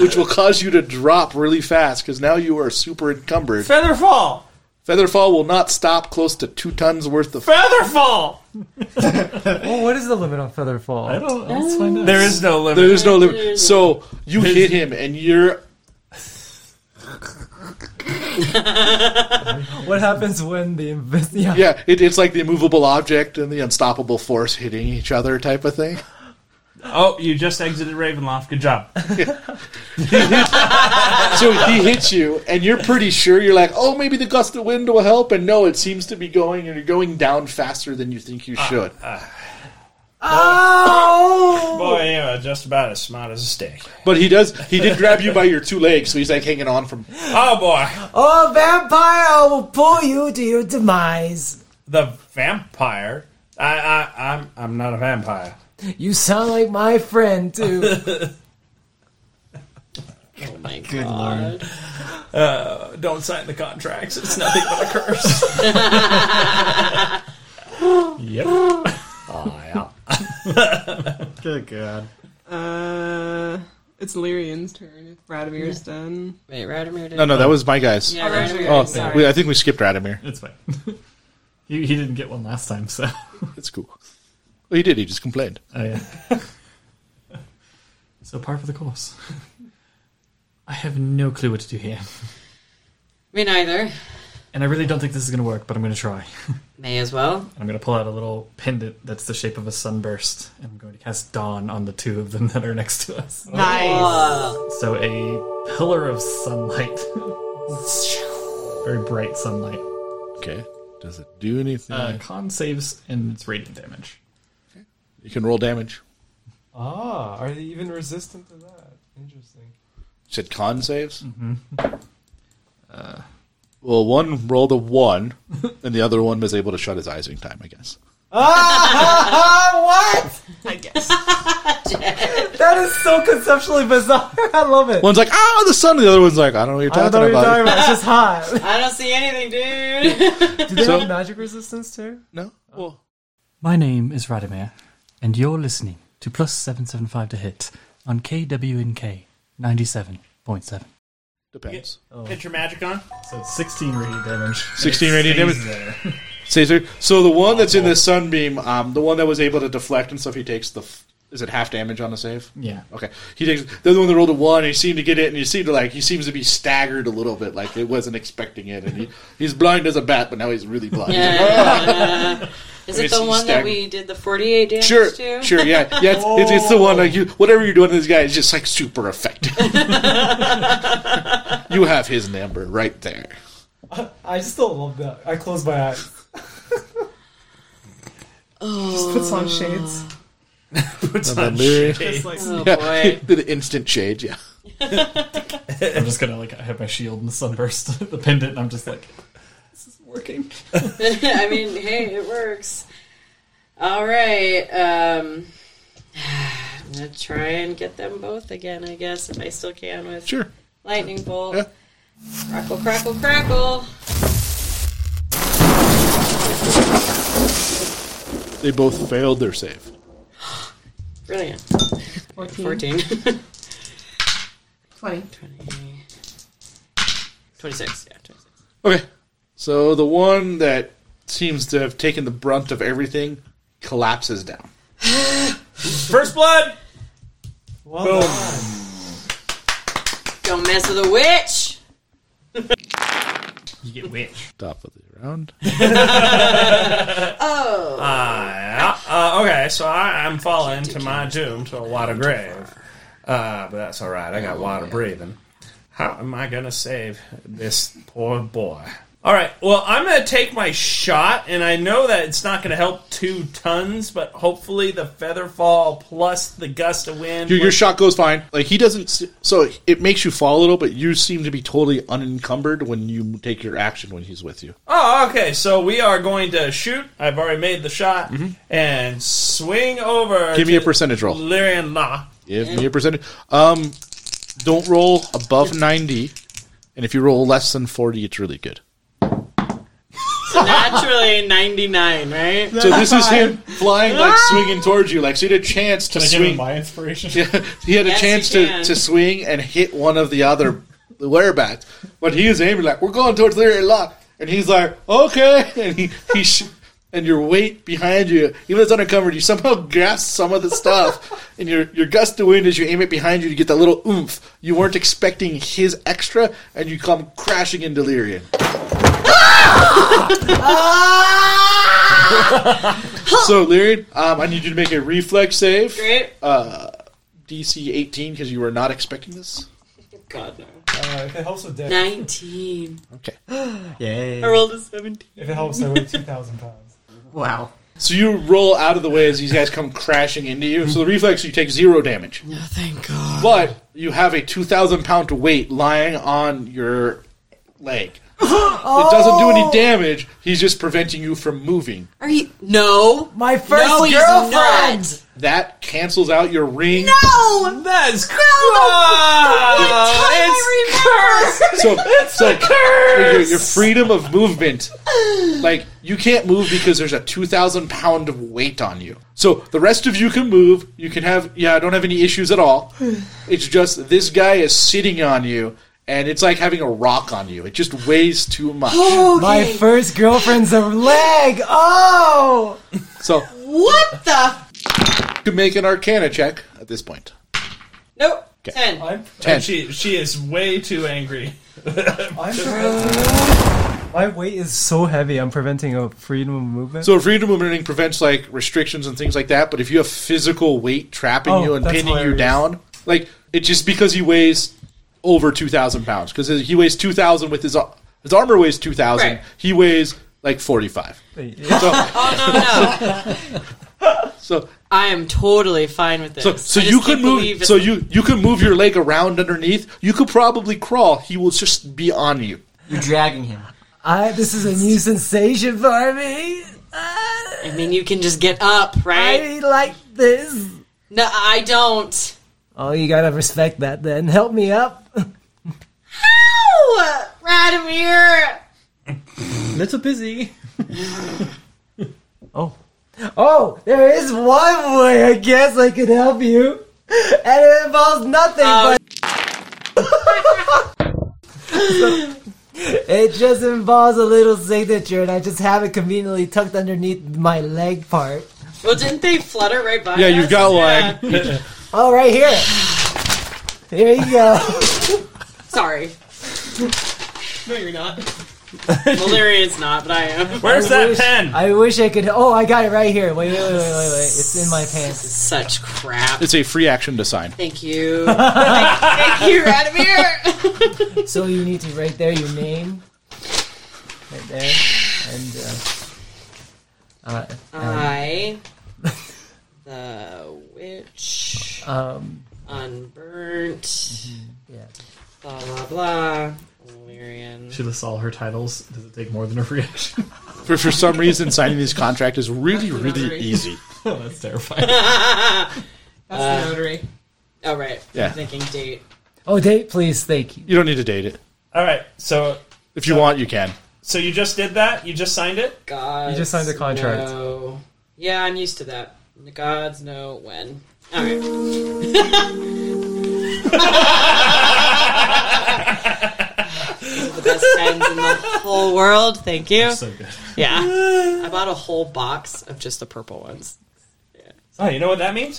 S4: which will cause you to drop really fast because now you are super encumbered.
S9: Featherfall!
S4: Featherfall will not stop close to two tons worth of.
S9: Featherfall!
S6: well, what is the limit on feather fall? I
S8: don't.
S6: Let's find
S9: There is no limit.
S4: There is no limit. So you hit him, and you're
S6: What happens when the invis- yeah.
S4: yeah. It, it's like the immovable object and the unstoppable force hitting each other type of thing.
S9: Oh, you just exited Ravenloft. Good job.
S4: so he hits you, and you're pretty sure you're like, oh, maybe the gust of wind will help, and no, it seems to be going, and you're going down faster than you think you should.
S6: Oh!
S9: Boy, you are just about as smart as a stick.
S4: But he does. He did grab you by your two legs, so he's like hanging on from.
S9: Oh, boy.
S6: Oh, vampire, I will pull you to your demise.
S9: The vampire? I, I, I'm, I'm not a vampire.
S6: You sound like my friend, too.
S9: Oh,
S15: my
S9: Good lord. Uh, don't sign the contracts. It's nothing but a curse.
S8: Yep.
S9: Oh, yeah.
S5: Good God.
S1: Uh, It's Lyrian's turn. If Radamir's done.
S2: Wait, Radimir did.
S4: No, no, that was my guys.
S2: Yeah, Radimir.
S4: Oh,
S2: sorry.
S4: we- I think we skipped Radimir.
S8: It's fine. he, he didn't get one last time, so.
S4: It's cool. Well, he did. He just complained.
S8: Oh, yeah. so, par for the course. I have no clue what to do here.
S2: Me neither.
S8: And I really don't think this is going to work, but I'm going to try.
S2: May as well.
S8: I'm going to pull out a little pendant that's the shape of a sunburst, and I'm going to cast Dawn on the two of them that are next to us.
S2: Nice. Whoa.
S8: So a pillar of sunlight. Very bright sunlight.
S4: Okay. Does it do anything?
S8: Uh, con saves, and it's radiant damage.
S4: You can roll damage.
S16: Ah, are they even resistant to that? Interesting.
S4: You said con saves? Mm-hmm. Uh, well, one rolled a one, and the other one was able to shut his eyes in time, I guess.
S12: what?
S1: I guess.
S12: that is so conceptually bizarre. I love it.
S4: One's like, ah, the sun. The other one's like, I don't know what you're
S12: I don't
S4: talking
S12: know what you're talking
S4: about.
S12: about. It's just hot.
S2: I don't see anything, dude.
S12: Do they
S4: So-
S12: have magic resistance too?
S4: No. Well,
S17: My name is Radimir, and you're listening to Plus 775 to Hit on KWNK 97.7.
S4: Depends.
S9: Get your magic on.
S8: So it's 16 radiant damage.
S4: 16 radiant
S8: It stays
S4: damage.
S8: there.
S4: Caesar. So the one that's in the sunbeam, um, the one that was able to deflect and stuff, he takes the. F- is it half damage on the save?
S8: Yeah.
S4: Okay. He takes the other one that rolled a one. And he seemed to get it, and he seemed to like he seems to be staggered a little bit, like it wasn't expecting it, and he, he's blind as a bat, but now he's really blind. He's like,
S2: Yeah. Is it
S4: It's-
S2: the one
S4: he's
S2: that
S4: stagnant.
S2: we did the 48 damage
S4: "Oh, Sure,
S2: to?
S4: sure, yeah, yeah. It's, it's, it's the one like you, whatever you're doing to this guy is just like super effective. you have his number right there.
S12: I still love that. I close my eyes. Just puts on shades.
S4: Puts
S8: on
S12: shades. Oh,
S4: yeah,
S12: boy.
S4: the instant shade. Yeah.
S8: I'm just gonna like I have my shield and the sunburst, the pendant, and I'm just like Working.
S2: I mean, hey, it works. All right. Um, I'm going to try and get them both again, I guess, if I still can with
S4: sure.
S2: Lightning Bolt. Crackle, crackle, crackle.
S4: They both failed their save.
S2: Brilliant.
S1: 14. 20.
S2: 26, yeah. 26.
S4: Okay. So the one that seems to have taken the brunt of everything collapses down.
S9: First blood. Boom.
S2: Don't mess with a witch.
S8: You get witch.
S4: Top of the round.
S2: Oh.
S9: Uh, uh, okay, so I, I'm falling to my doom to a water grave. Uh, but that's all right. I got water breathing. How am I going to save this poor boy? All right. Well, I'm going to take my shot, and I know that it's not going to help two tons, but hopefully the feather fall plus the gust of wind.
S4: Your, your shot goes fine. Like he doesn't. s- So it makes you fall a little, but you seem to be totally unencumbered when you take your action when he's with you.
S9: Oh, okay. So we are going to shoot. I've already made the shot and swing over.
S4: Mm-hmm. Give me a
S9: to
S4: percentage roll.
S9: Lyrian La.
S4: Give me a percentage. Um, don't roll above ninety, and if you roll less than forty, it's really good.
S2: So naturally 99, right?
S4: So this is him flying, like swinging towards you. Like so he had a chance to
S8: Ah! Can I give him
S4: swing.
S8: my inspiration?
S4: Yeah, he had a
S8: Yes,
S4: chance
S8: you
S4: to,
S8: can.
S4: to swing and hit one of the other whereabouts, but he is aiming like we're going towards Larry Lock, and he's like okay, and he he. Sh- and your weight behind you, even though it's uncovered, you somehow grasp some of the stuff. and your, your gust of wind as you aim it behind you, you get that little oomph. You weren't expecting his extra, and you come crashing into Lyrian. so, Lyrian, um, I need you to make a reflex save.
S2: Great.
S4: Uh, DC 18, because you were not expecting this.
S2: God, no.
S16: Uh, if it helps with death.
S2: 19.
S4: Okay.
S16: Yay.
S2: I rolled a 17.
S16: If it helps, I weigh 2,000 pounds.
S4: Wow. So you roll out of the way as these guys come crashing into you. So the reflex, you take zero damage.
S2: No, thank God.
S4: But you have a 2,000 pound weight lying on your leg. It doesn't do any damage. He's just preventing you from moving.
S2: Are you? No.
S6: My
S2: first no, he's
S6: girlfriend!
S2: not.
S4: That cancels out your ring.
S2: No.
S18: That's
S2: Girl, the, the
S4: So,
S2: one time I remember.
S4: so your, your freedom of movement. Like, you can't move because there's a 2,000 pound of weight on you. So, the rest of you can move. You can have, yeah, I don't have any issues at all. It's just this guy is sitting on you, and it's like having a rock on you. It just weighs too much.
S6: My first girlfriend's a leg. Oh,
S4: So,
S2: what the?
S4: you can make an arcana check at this point.
S2: Nope.
S4: Okay.
S2: Ten.
S4: Ten.
S3: And she she is way too angry.
S18: My weight is so heavy. I'm preventing a freedom of movement.
S4: So freedom of movement prevents like restrictions and things like that, but if you have physical weight trapping
S18: Oh,
S4: you and
S18: that's
S4: pinning you
S18: hilarious.
S4: down, like it's just because he weighs over two thousand pounds because he weighs two thousand with his ar- his armor weighs two thousand.
S2: Right.
S4: He weighs like forty five.
S2: oh no no.
S4: so
S2: I am totally fine with this.
S4: So so
S2: I just
S4: you could
S2: can't believe
S4: move.
S2: it-
S4: So you you can move your leg around underneath. You could probably crawl. He will just be on you.
S5: You're dragging him.
S6: I, this is a new sensation for me.
S2: I mean, you can just get up, right?
S6: I like this.
S2: No, I don't.
S6: Oh, you gotta respect that. Then help me up.
S2: Ow, Radomir.
S5: Little busy.
S6: Oh, there is one way I guess I could help you, and it involves nothing but. it just involves a little signature, and I just have it conveniently tucked underneath my leg part.
S2: Well, didn't they flutter right by?
S4: Yeah, you've
S2: us?
S4: got
S2: Yeah.
S4: one.
S6: Oh, right here. Here you go.
S2: Sorry. No, you're not. well, Larry is not, but I am.
S6: I wish- I wish I could. Oh, I got it right here. Wait, wait, wait, wait, wait. wait. It's in my pants.
S2: Such crap.
S4: It's a free action to sign.
S2: Thank you. thank, thank you, Radomir.
S6: so you need to write there your name, right there, and uh, uh,
S2: I, the witch,
S6: Um.
S2: unburnt,
S6: yeah.
S2: blah blah blah. Illyrian.
S19: She lists all her titles. Does it take more than a reaction?
S4: For for some reason, signing this contract is really really easy.
S19: oh, that's terrifying.
S2: That's
S19: That's the
S2: notary. All Uh, Oh, right.
S4: Yeah.
S2: I'm thinking date.
S6: Oh, date, please. Thank you.
S4: You don't need to date it.
S3: All right, so
S4: if you want, you can.
S3: So you just did that? You just signed it?
S2: God.
S3: You just signed the contract.
S2: No. Yeah, I'm used to that. The gods know when. All right. These are the best pens in the whole world. Thank you.
S3: So good.
S2: Yeah. I bought a whole box of just the purple ones.
S3: Oh, you know what that means?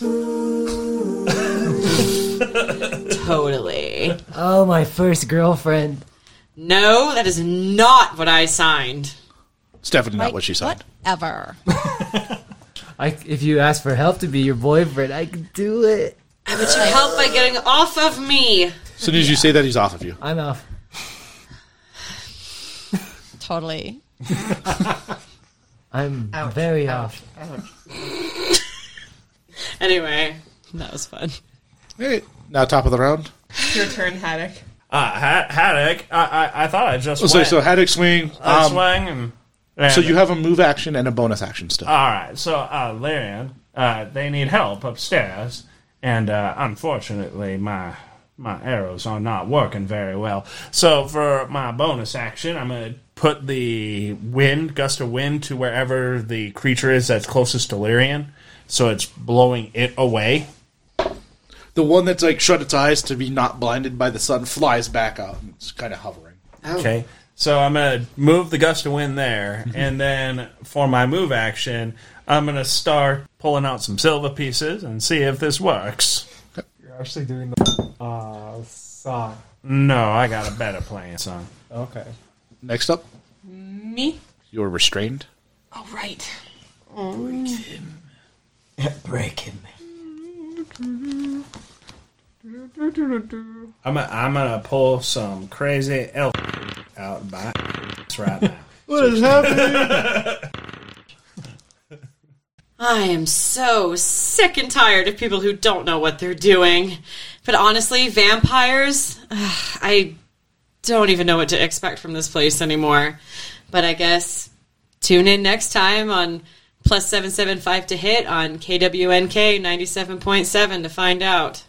S2: Totally.
S6: Oh, my first girlfriend.
S2: No, that is not what I signed.
S4: It's definitely not what she signed.
S2: Ever.
S6: I, if you ask for help to be your boyfriend, I can do it.
S2: I bet you help by getting off of me.
S4: As soon as you say that, he's off of you.
S6: I'm off.
S20: Totally.
S6: I'm very off.
S2: Anyway, that was fun.
S4: Now, top of the round.
S1: Your turn, Haddock.
S3: Uh, ha- Haddock, I, I, I thought I just
S4: Oh, so,
S3: went.
S4: so Haddock swing.
S3: I
S4: um,
S3: swung and landed.
S4: So you have a move action and a bonus action still.
S3: All right, so uh, Larian, uh, they need help upstairs, and uh, unfortunately, my my arrows are not working very well. So for my bonus action, I'm gonna put the wind gust of wind to wherever the creature is that's closest to Larian, so it's blowing it away.
S4: The one that's like shut its eyes to be not blinded by the sun flies back out and it's kind of hovering.
S9: Oh.
S3: Okay. So I'm gonna move the gust of wind there, and then for my move action, I'm gonna start pulling out some silver pieces and see if this works.
S18: You're actually doing the uh, song.
S3: No, I got a better plan, son.
S18: Okay.
S4: Next up,
S1: Me?
S4: you're restrained.
S1: Oh, right.
S5: Break him.
S3: I'm gonna, I'm gonna pull some crazy elf out by this right now.
S4: What is happening?
S2: I am so sick and tired of people who don't know what they're doing. But honestly, vampires, ugh, I don't even know what to expect from this place anymore. But I guess tune in next time on plus 775 to hit on KWNK 97.7 to find out.